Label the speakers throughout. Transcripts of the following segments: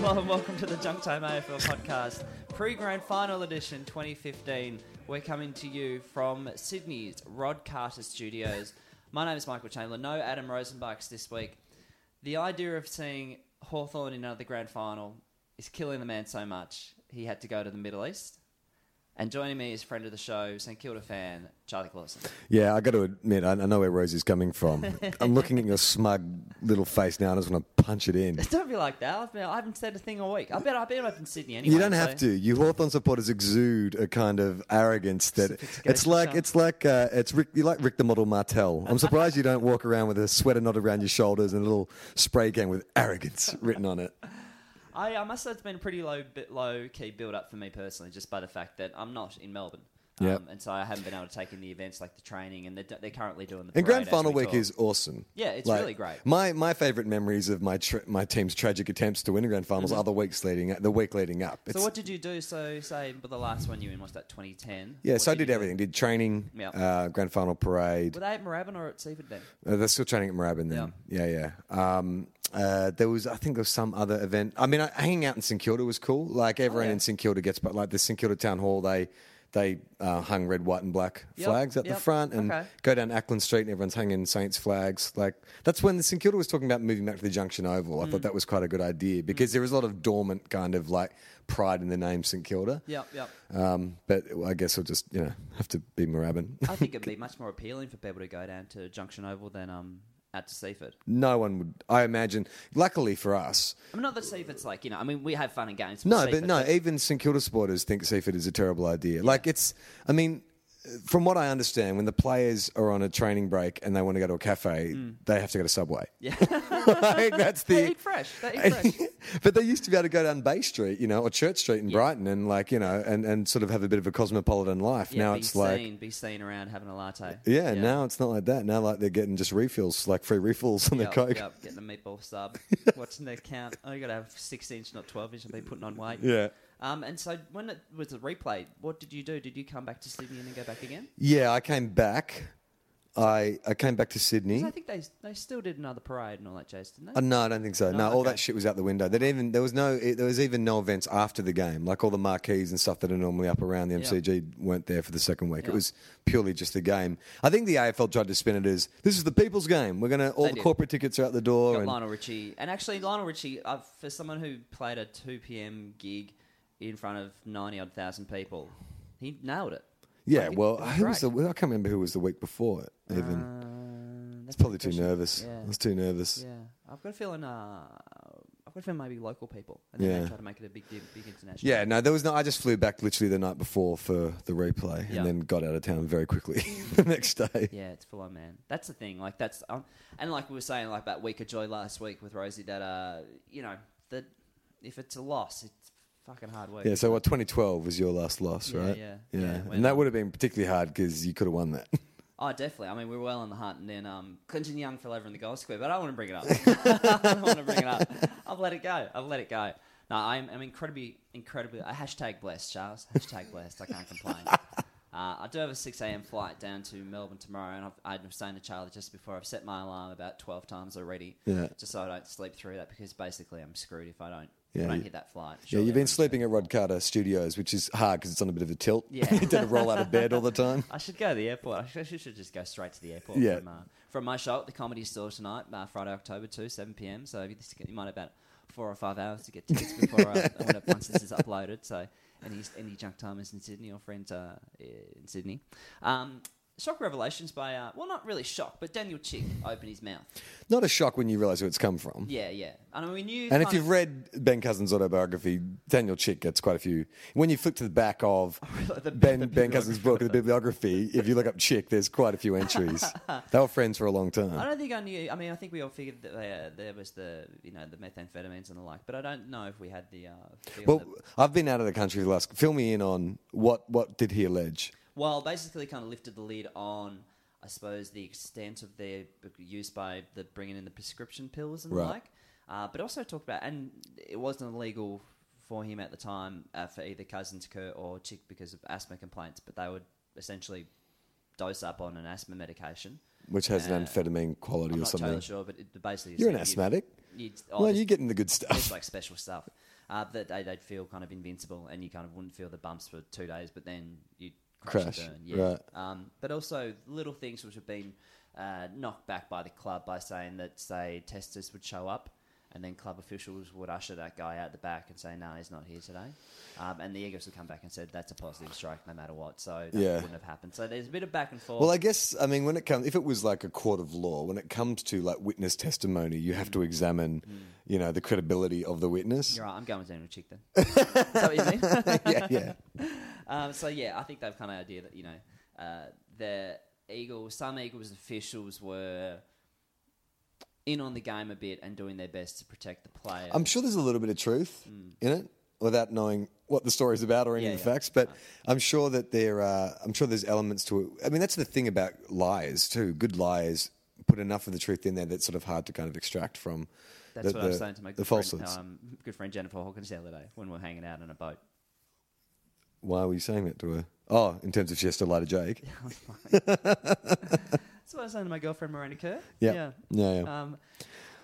Speaker 1: Well, welcome to the Junk Time AFL podcast, pre grand final edition 2015. We're coming to you from Sydney's Rod Carter Studios. My name is Michael Chamberlain. No Adam Rosenbachs this week. The idea of seeing Hawthorn in another grand final is killing the man so much, he had to go to the Middle East. And joining me is friend of the show, St Kilda fan, Charlie Clausen.
Speaker 2: Yeah, I got to admit, I I know where Rosie's coming from. I'm looking at your smug little face now, and I just want to punch it in.
Speaker 1: Don't be like that. I've been, I haven't said a thing all week. I bet I've been up in Sydney anyway.
Speaker 2: You don't
Speaker 1: so-
Speaker 2: have to. You Hawthorn supporters exude a kind of arrogance that it's like
Speaker 1: charm.
Speaker 2: it's like uh, it's Rick, you like Rick the Model Martell. I'm surprised you don't walk around with a sweater knot around your shoulders and a little spray can with arrogance written on it.
Speaker 1: I, I must say it's been a pretty low bit low key build up for me personally, just by the fact that I'm not in Melbourne. Um,
Speaker 2: Yep.
Speaker 1: And so I haven't been able to take in the events like the training, and they're, they're currently doing the. parade
Speaker 2: And grand
Speaker 1: as
Speaker 2: final
Speaker 1: we
Speaker 2: week
Speaker 1: talk.
Speaker 2: is awesome.
Speaker 1: Yeah, it's really great.
Speaker 2: My my favorite memories of my tra- my team's tragic attempts to win a grand finals are the weeks leading the week leading up.
Speaker 1: Mm-hmm. So
Speaker 2: It's-
Speaker 1: what did you do? So say, but the last one you were in was that 2010.
Speaker 2: Yeah,
Speaker 1: What
Speaker 2: so I did
Speaker 1: you do?
Speaker 2: everything. Did training,
Speaker 1: Yeah.
Speaker 2: uh, grand final parade.
Speaker 1: Were they at Moorabbin or at Seaford then?
Speaker 2: Uh, they're still training at Moorabbin then. Yeah, yeah. Um, uh, there was, I think, there was some other event. I mean, I, hanging out in St Kilda was cool. Like everyone
Speaker 1: Oh, yeah.
Speaker 2: in St Kilda gets, but like the St Kilda Town Hall, they they uh, hung red, white, and black
Speaker 1: Yep,
Speaker 2: flags at
Speaker 1: yep,
Speaker 2: the front, and
Speaker 1: okay.
Speaker 2: go down Ackland Street, and everyone's hanging Saints flags. Like that's when the St Kilda was talking about moving back to the Junction Oval.
Speaker 1: Mm.
Speaker 2: I thought that was quite a good idea because there was a lot of dormant kind of like pride in the name St Kilda.
Speaker 1: Yep, yep.
Speaker 2: Um, but I guess we'll just you know have to be Moorabbin.
Speaker 1: I think it'd be much more appealing for people to go down to Junction Oval than um out to Seaford.
Speaker 2: no one would. I imagine. Luckily for us,
Speaker 1: I mean, not that Seaford's like you know. I mean, we have fun and games. with
Speaker 2: no.
Speaker 1: Seaford,
Speaker 2: but no, even St Kilda supporters think Seaford is a terrible idea. Like it's. I mean, from what I understand, when the players are on a training break and they want to go to a cafe, they have to go to Subway. Yeah, like, that's the.
Speaker 1: They eat fresh. They eat fresh.
Speaker 2: but they used to be able to go down Bay Street, you know, or Church Street in Brighton, and like you know, and, and sort of have a bit of a cosmopolitan life.
Speaker 1: Yeah,
Speaker 2: now
Speaker 1: be
Speaker 2: it's
Speaker 1: seen,
Speaker 2: like
Speaker 1: be seen around having a latte.
Speaker 2: Yeah, now it's not like that. Now, like they're getting just refills, like free refills on
Speaker 1: Yep,
Speaker 2: the coke.
Speaker 1: yep, getting a meatball sub, watching their count. Oh, you got to have six inch, not twelve inch, and be putting on weight.
Speaker 2: Yeah.
Speaker 1: Um, and so when it was a replay, what did you do? Did you come back to Sydney and then go back again?
Speaker 2: Yeah, I came back. I I came back to
Speaker 1: 'Cause
Speaker 2: Sydney.
Speaker 1: I think they they still did another parade and all that jazz, didn't they?
Speaker 2: Uh, no, I don't think so. no, all
Speaker 1: Oh, okay.
Speaker 2: that shit was out the window. That even there was no it, there was even no events after the game. Like all the marquees and stuff that are normally up around the MCG weren't there for the second week.
Speaker 1: Yeah.
Speaker 2: It was purely just the game. I think the AFL tried to spin it as this is the people's game. We're gonna all
Speaker 1: They
Speaker 2: the
Speaker 1: did.
Speaker 2: corporate tickets are out the door.
Speaker 1: got
Speaker 2: and-
Speaker 1: Lionel Richie, and actually Lionel Richie, uh, for someone who played a two p.m. gig in front of ninety odd thousand people, he nailed it.
Speaker 2: yeah,
Speaker 1: Like, it-
Speaker 2: well,
Speaker 1: it was
Speaker 2: who was
Speaker 1: great.
Speaker 2: the, I can't remember who was the week before it. Even
Speaker 1: Uh, that's
Speaker 2: it's probably too
Speaker 1: pretty good.
Speaker 2: nervous.
Speaker 1: Yeah.
Speaker 2: I was too nervous.
Speaker 1: Yeah, I've got a feeling. Uh, I've got a feeling maybe local people, and then they
Speaker 2: Yeah.
Speaker 1: try to make it a big, deal- big international.
Speaker 2: Yeah, no, there was no. I just flew back literally the night before for the replay,
Speaker 1: Yeah.
Speaker 2: and then got out of town very quickly the next day.
Speaker 1: yeah, it's full on, man. That's the thing. Like that's, um, and like we were saying, like that week of joy last week with Rosie. That uh, you know, that if it's a loss, it's fucking hard work.
Speaker 2: Yeah, so what? 2012 was your last loss,
Speaker 1: Yeah,
Speaker 2: right?
Speaker 1: yeah,
Speaker 2: yeah.
Speaker 1: yeah, when-
Speaker 2: and that would have been particularly hard because you could have won that.
Speaker 1: Oh, definitely. I mean, we were well on the hunt, and then um, Clinton Young fell over in the goal square, but I don't want to bring it up. I don't want to bring it up. I've let it go. I've let it go. No, I'm, I'm incredibly, incredibly. Uh, hashtag blessed, Charles. Hashtag blessed. I can't complain. Uh, I do have a 6 a.m. flight down to Melbourne tomorrow, and I've, I've saying to Charlie just before I've set my alarm about 12 times already,
Speaker 2: Yeah.
Speaker 1: just so I don't sleep through that because basically I'm screwed if I don't, if
Speaker 2: Yeah,
Speaker 1: I don't
Speaker 2: you-
Speaker 1: hit that flight.
Speaker 2: yeah,
Speaker 1: Surely
Speaker 2: you've been
Speaker 1: I'm-
Speaker 2: sleeping at Rod Carter Studios, which is hard because it's on a bit of a tilt.
Speaker 1: Yeah.
Speaker 2: you did a roll out of bed all the time.
Speaker 1: I should go to the airport. I should, I should- should just go straight to the airport.
Speaker 2: Yeah.
Speaker 1: From, uh, from my show at the Comedy Store tonight, uh, Friday, October 2, 7 p.m. So you, you might have about four or five hours to get tickets before uh, when it- once this is uploaded. So any, any junk timers in Sydney or friends uh, in Sydney. Um, shock revelations by uh, well, not really shock, but Daniel Chick opened his mouth.
Speaker 2: Not a shock when you realise who it's come from.
Speaker 1: Yeah, yeah. And I mean, we knew.
Speaker 2: And
Speaker 1: kind
Speaker 2: if you've
Speaker 1: of-
Speaker 2: read Ben Cousins' autobiography, Daniel Chick gets quite a few. When you flick to the back of
Speaker 1: the-
Speaker 2: Ben,
Speaker 1: the
Speaker 2: ben Cousins' book, the bibliography, if you look up Chick, there's quite a few entries. they were friends for a long time.
Speaker 1: I don't think I knew. I mean, I think we all figured that uh, there was the you know the methamphetamines and the like, but I don't know if we had the. Uh, feel
Speaker 2: Well,
Speaker 1: that-
Speaker 2: I've been out of the country for the last. Fill me in on what what did he allege?
Speaker 1: well, basically, kind of lifted the lid on, I suppose, the extent of their use by the bringing in the prescription pills and the
Speaker 2: Right.
Speaker 1: like, uh, but also talked about and it wasn't illegal for him at the time uh, for either cousins Kerr or Chick because of asthma complaints, but they would essentially dose up on an asthma medication.
Speaker 2: Which has
Speaker 1: Uh,
Speaker 2: an amphetamine quality
Speaker 1: I'm
Speaker 2: or
Speaker 1: not
Speaker 2: something.
Speaker 1: totally sure, but it basically
Speaker 2: You're an
Speaker 1: said you'd-
Speaker 2: asthmatic.
Speaker 1: you'd- oh,
Speaker 2: well,
Speaker 1: this-
Speaker 2: you're getting the good
Speaker 1: it's
Speaker 2: stuff.
Speaker 1: like special stuff uh, that they, they'd feel kind of invincible and you kind of wouldn't feel the bumps for two days, but then you'd crash,
Speaker 2: Crash,
Speaker 1: and burn. Yeah.
Speaker 2: right.
Speaker 1: Um, but also little things which have been uh, knocked back by the club by saying that, say, testers would show up. And then club officials would usher that guy out the back and say, "No, he's not here today." Um, and the Eagles would come back and said, "That's a positive strike, no matter what." So that
Speaker 2: Yeah.
Speaker 1: wouldn't have happened. So there's a bit of back and forth.
Speaker 2: Well, I guess I mean when it comes, if it was like a court of law, when it comes to like witness testimony, you have to examine, you know, the credibility of the witness.
Speaker 1: Mm. You're right. I'm going with Daniel Chick then. Is that what you mean?
Speaker 2: yeah, yeah.
Speaker 1: Um, so yeah, I think they've kind of idea that you know uh, the Eagles, some Eagles officials were in on the game a bit and doing their best to protect the player.
Speaker 2: I'm sure there's a little bit of truth in it without knowing what the story's about or any
Speaker 1: Mm. Yeah,
Speaker 2: of the
Speaker 1: yeah.
Speaker 2: facts, but I'm sure that there are, I'm sure there's elements to it. I mean, that's the thing about lies too. Good lies put enough of the truth in there that's sort of hard to kind of extract from.
Speaker 1: That's
Speaker 2: the,
Speaker 1: what I
Speaker 2: the,
Speaker 1: was saying to my
Speaker 2: the
Speaker 1: good friend,
Speaker 2: falsehoods.
Speaker 1: um, good friend Jennifer Hawkins the other day when we were hanging out on a boat.
Speaker 2: Why were you saying that to her? Oh, in terms of she has to lie to Jake.
Speaker 1: That's what I was saying to my girlfriend Miranda Kerr.
Speaker 2: Yeah.
Speaker 1: yeah,
Speaker 2: Yeah, yeah.
Speaker 1: Um,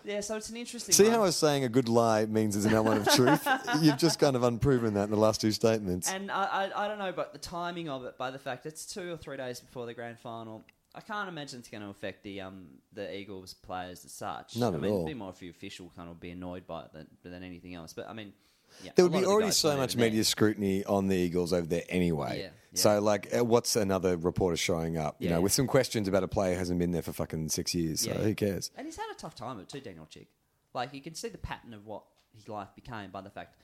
Speaker 1: yeah. So it's an interesting.
Speaker 2: See
Speaker 1: one.
Speaker 2: how I was saying a good lie means there's an element of truth? You've just kind of unproven that in the last two statements.
Speaker 1: And I, I, I don't know about the timing of it, by the fact it's two or three days before the grand final. I can't imagine it's going to affect the um the Eagles players as such.
Speaker 2: Not
Speaker 1: I
Speaker 2: at
Speaker 1: mean,
Speaker 2: all.
Speaker 1: It'd be more if the official kind of be annoyed by it than, than anything else. But I mean, yeah,
Speaker 2: There
Speaker 1: a
Speaker 2: would
Speaker 1: lot
Speaker 2: be
Speaker 1: of the
Speaker 2: already
Speaker 1: guys
Speaker 2: so
Speaker 1: weren't
Speaker 2: much
Speaker 1: even there.
Speaker 2: media scrutiny on the Eagles over there anyway.
Speaker 1: Yeah, yeah.
Speaker 2: So, like, uh, what's another reporter showing up? You
Speaker 1: Yeah,
Speaker 2: know,
Speaker 1: yeah.
Speaker 2: with some questions about a player who hasn't been there for fucking six years.
Speaker 1: Yeah,
Speaker 2: so
Speaker 1: yeah.
Speaker 2: who cares?
Speaker 1: And he's had a tough time of it too, Daniel Chick. Like you can see the pattern of what his life became by the fact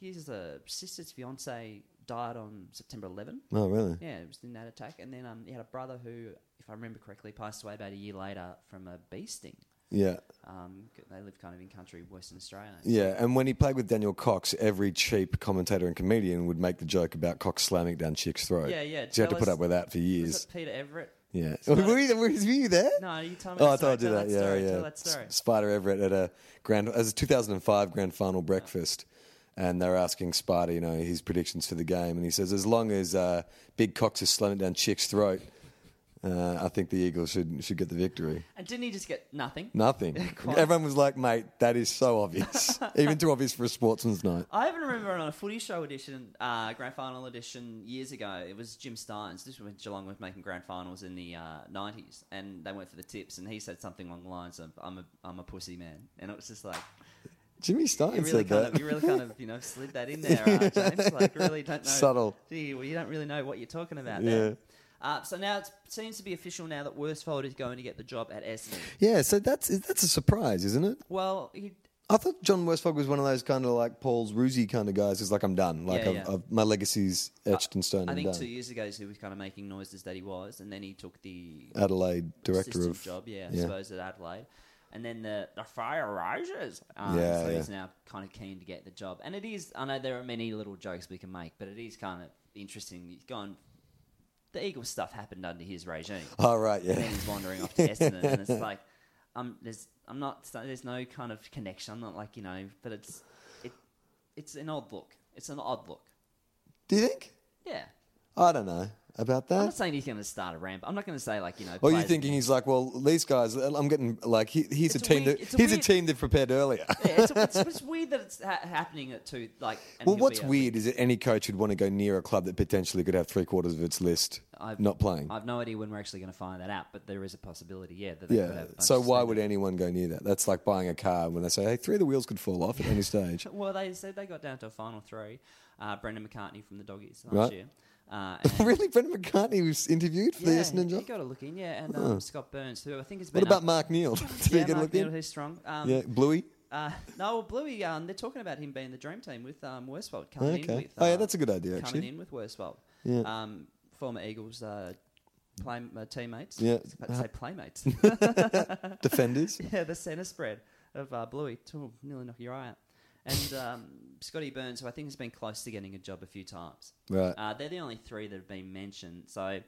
Speaker 1: his uh, sister's fiance died on September 11.
Speaker 2: Oh, really?
Speaker 1: Yeah, it was in that attack, and then um, he had a brother who, if I remember correctly, passed away about a year later from a bee sting.
Speaker 2: Yeah.
Speaker 1: Um, c- they live kind of in country Western Australia.
Speaker 2: Yeah, and when he played with Daniel Cox, every cheap commentator and comedian would make the joke about Cox slamming down Chick's throat.
Speaker 1: Yeah, yeah,
Speaker 2: So you had
Speaker 1: tell
Speaker 2: to put
Speaker 1: us-
Speaker 2: up with that for
Speaker 1: Is
Speaker 2: years.
Speaker 1: it Peter Everett?
Speaker 2: Yeah.
Speaker 1: not-
Speaker 2: were, you, were you there?
Speaker 1: No, you tell me.
Speaker 2: Oh,
Speaker 1: that
Speaker 2: I thought I'd do
Speaker 1: story,
Speaker 2: that.
Speaker 1: tell
Speaker 2: yeah,
Speaker 1: story,
Speaker 2: yeah.
Speaker 1: Tell that story.
Speaker 2: S- Spider Everett at a grand, as a 2005 grand final breakfast, and they were asking Spider, you know, his predictions for the game, and he says, as long as uh, Big Cox is slamming down Chick's throat, uh, I think the Eagles should should get the victory.
Speaker 1: And didn't he just get nothing?
Speaker 2: Nothing.
Speaker 1: Quite.
Speaker 2: Everyone was like, mate, that is so obvious, even too obvious for a sportsman's night.
Speaker 1: I even remember on a footy show edition, uh, grand final edition years ago, it was Jim Steins. This was when Geelong was making grand finals in the uh, 90s, and they went for the tips, and he said something along the lines of, I'm a, I'm a pussy man. And it was just like,
Speaker 2: Jimmy Stein
Speaker 1: you really,
Speaker 2: said
Speaker 1: kind
Speaker 2: that.
Speaker 1: of, you really kind of, you know, slid that in there, uh, James. Like, really don't know.
Speaker 2: Subtle.
Speaker 1: Gee, well, you don't really know what you're talking about there.
Speaker 2: Yeah.
Speaker 1: Uh, so now it seems to be official now that Worsfold is going to get the job at Essendon.
Speaker 2: yeah, so that's that's a surprise, isn't it?
Speaker 1: Well, he,
Speaker 2: I thought John Westfog was one of those kind of like Paul's Roosie kind of guys. who's like, I'm done. Like,
Speaker 1: Yeah,
Speaker 2: I've,
Speaker 1: yeah.
Speaker 2: I've, my legacy's etched in stone.
Speaker 1: I
Speaker 2: I'm
Speaker 1: think
Speaker 2: done.
Speaker 1: two years ago he was kind of making noises that he was, and then he took the
Speaker 2: Adelaide director
Speaker 1: assistant
Speaker 2: of
Speaker 1: job, yeah, I
Speaker 2: yeah.
Speaker 1: suppose at Adelaide, and then the the Fire Rangers. Um,
Speaker 2: Yeah,
Speaker 1: so
Speaker 2: yeah.
Speaker 1: he's now kind of keen to get the job, and it is. I know there are many little jokes we can make, but it is kind of interesting. He's gone. The Eagles stuff happened under his regime.
Speaker 2: Oh right, yeah.
Speaker 1: then he's wandering off to Essendon, and it's like, um, there's, I'm not, so there's no kind of connection. I'm not like you know, but it's, it, it's an odd look. It's an odd look.
Speaker 2: Do you think?
Speaker 1: Yeah,
Speaker 2: I don't know about
Speaker 1: I'm not
Speaker 2: that.
Speaker 1: saying he's going to start a ramp. I'm not going to say like you know.
Speaker 2: Or you
Speaker 1: players-
Speaker 2: thinking he's like, well, these guys, I'm getting like, he,
Speaker 1: It's
Speaker 2: he's a
Speaker 1: a
Speaker 2: team
Speaker 1: weird- it's
Speaker 2: that
Speaker 1: a
Speaker 2: he's
Speaker 1: weird-
Speaker 2: a team that prepared earlier.
Speaker 1: Yeah, it's, it's, it's weird that it's ha- happening at two. Like, and
Speaker 2: well,
Speaker 1: he'll
Speaker 2: what's
Speaker 1: be a-
Speaker 2: weird is that any coach would want to go near a club that potentially could have three quarters of its list
Speaker 1: I've-
Speaker 2: not playing.
Speaker 1: I've no idea when we're actually going to find that out, but there is a possibility. Yeah, that they could
Speaker 2: yeah.
Speaker 1: have a bunch
Speaker 2: So
Speaker 1: of
Speaker 2: why
Speaker 1: spin-
Speaker 2: would anyone go near that? That's like buying a car when they say, hey, three of the wheels could fall off at any stage.
Speaker 1: Well, they said they got down to a final three, uh, Brendan McCartney from the Doggies last
Speaker 2: Right.
Speaker 1: year. Uh, and-
Speaker 2: really, Brendan McCartney was interviewed for the
Speaker 1: yeah,
Speaker 2: Yes Ninja.
Speaker 1: You got to look in, yeah. And um, Scott Burns, who I think has been
Speaker 2: what about
Speaker 1: up-
Speaker 2: Mark Neal?
Speaker 1: yeah,
Speaker 2: Did he get a
Speaker 1: Mark
Speaker 2: look in?
Speaker 1: Neal, he's strong. Um,
Speaker 2: Yeah, Bluey.
Speaker 1: Uh, no, well, Bluey, um, they're talking about him being the dream team with um, Worsfold coming
Speaker 2: Okay.
Speaker 1: in with.
Speaker 2: Oh, yeah,
Speaker 1: uh,
Speaker 2: that's a good idea,
Speaker 1: Coming
Speaker 2: actually.
Speaker 1: in with Worsfold.
Speaker 2: Yeah.
Speaker 1: Um, former Eagles uh, play, uh, teammates.
Speaker 2: Yeah.
Speaker 1: I was about to say playmates.
Speaker 2: Defenders.
Speaker 1: yeah, the centre spread of uh, Bluey. Oh, nearly knock your eye out. And um, Scotty Burns, who I think has been close to getting a job a few times.
Speaker 2: Right.
Speaker 1: Uh, they're the only three that have been mentioned. So I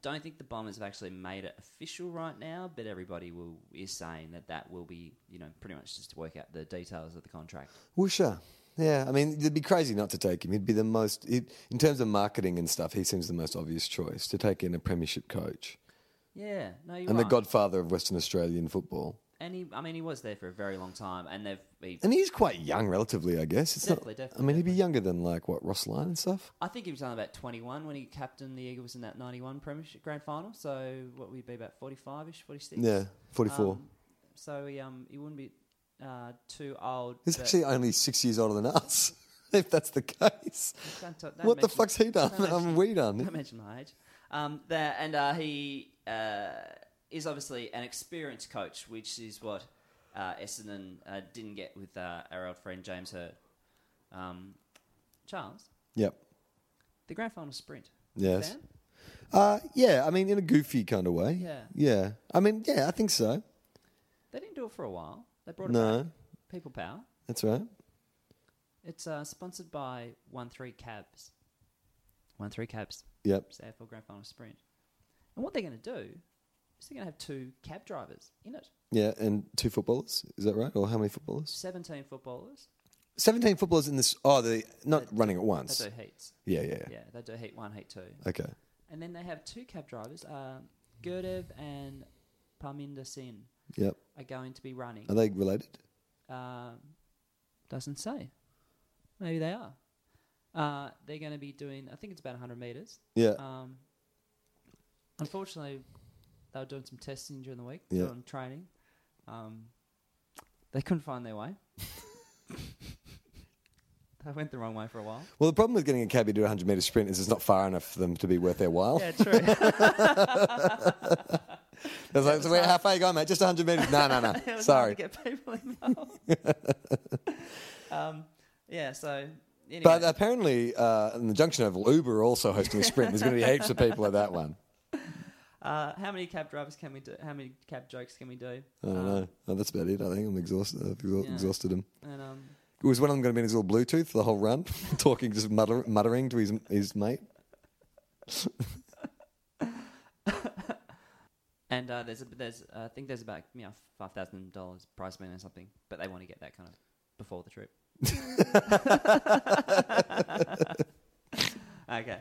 Speaker 1: don't think the Bombers have actually made it official right now, but everybody will is saying that that will be, you know, pretty much just to work out the details of the contract.
Speaker 2: Woosha. Yeah, I mean, it'd be crazy not to take him. He'd be the most, it, in terms of marketing and stuff, he seems the most obvious choice to take in a premiership coach
Speaker 1: Yeah, no, you're
Speaker 2: and the
Speaker 1: right.
Speaker 2: godfather of Western Australian football.
Speaker 1: and he, I mean, he was there for a very long time, and they've. He,
Speaker 2: And he's quite young, relatively, I guess. It's
Speaker 1: Definitely,
Speaker 2: not,
Speaker 1: definitely,
Speaker 2: I mean, he'd be younger than like what Ross Lyon and stuff.
Speaker 1: I think he was only about 21 when he captained the Eagles in that 91 Premiership Grand Final. So what would he be about 45 ish, 46?
Speaker 2: Yeah, forty-four.
Speaker 1: Um, so he um he wouldn't be uh, too old.
Speaker 2: he's
Speaker 1: but
Speaker 2: actually only six years older than us, if that's the case.
Speaker 1: don't talk- don't
Speaker 2: What the
Speaker 1: mention-
Speaker 2: fuck's he done? Um,
Speaker 1: don't
Speaker 2: I mean, we done.
Speaker 1: Don't mention my age. Um, there and uh, he uh, is obviously an experienced coach, which is what uh, Essendon uh, didn't get with uh, our old friend James Hurd. Um, Charles,
Speaker 2: Yep.
Speaker 1: the grand final sprint.
Speaker 2: Yes.
Speaker 1: Fan?
Speaker 2: Uh, yeah, I mean, in a goofy kind of way.
Speaker 1: Yeah.
Speaker 2: Yeah. I mean, yeah, I think so.
Speaker 1: They didn't do it for a while. They brought it
Speaker 2: No.
Speaker 1: back. People Power.
Speaker 2: That's right.
Speaker 1: It's uh, sponsored by One Three Cabs. One Three Cabs.
Speaker 2: Yep.
Speaker 1: It's the AFL Grand Final sprint. And what they're going to do is they're going to have two cab drivers in it.
Speaker 2: Yeah, and two footballers. Is that right? Or how many footballers?
Speaker 1: 17 footballers.
Speaker 2: 17 footballers in this. Oh, they're not running at once.
Speaker 1: They do heats.
Speaker 2: Yeah, yeah, yeah.
Speaker 1: Yeah, they do heat one, heat two.
Speaker 2: Okay.
Speaker 1: And then they have two cab drivers, uh, Gurdev and Parminder Singh,
Speaker 2: Yep.
Speaker 1: are going to be running.
Speaker 2: Are they related?
Speaker 1: Um, doesn't say. Maybe they are. Uh, they're going to be doing, I think it's about 100 metres.
Speaker 2: Yeah.
Speaker 1: Um, unfortunately, they were doing some testing during the week,
Speaker 2: Yeah.
Speaker 1: doing training. Um, they couldn't find their way. they went the wrong way for a while.
Speaker 2: Well, the problem with getting a cabbie to a 100 metre sprint is it's not far enough for them to be worth their while.
Speaker 1: Yeah, true.
Speaker 2: It's like, so wait, how far you going, mate? Just 100 metres? No, no,
Speaker 1: It
Speaker 2: no.
Speaker 1: was
Speaker 2: Sorry.
Speaker 1: hard to get people involved. um, yeah, so. Anyway,
Speaker 2: But apparently, uh, in the Junction Oval, Uber are also hosting a sprint. There's going to be heaps of people at that one.
Speaker 1: uh, how many cab drivers can we do? How many cab jokes can we do? Um,
Speaker 2: I don't know. Oh, that's about it. I think I'm exhausted. I've exha-
Speaker 1: Uh, Yeah.
Speaker 2: exhausted him.
Speaker 1: And um,
Speaker 2: It was one of them going to be in his little Bluetooth the whole run, talking, just mutter- muttering to his, his mate.
Speaker 1: and uh, there's a, there's uh, I think there's about you know five thousand dollars prize money or something, but they want to get that kind of before the trip. okay.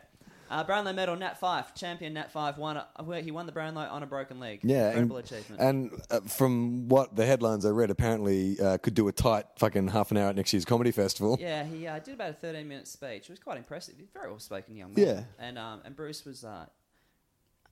Speaker 1: Uh, Brownlow medal, Nat Five, champion Nat Five won. Uh, where he won the Brownlow on a broken leg.
Speaker 2: Yeah,
Speaker 1: incredible
Speaker 2: and,
Speaker 1: achievement.
Speaker 2: And uh, from what the headlines I read, apparently uh, could do a tight fucking half an hour at next year's comedy festival.
Speaker 1: Yeah, he uh, did about a 13 minute speech. It was quite impressive. He's a very well spoken young man.
Speaker 2: Yeah.
Speaker 1: And, um, and Bruce was. Uh,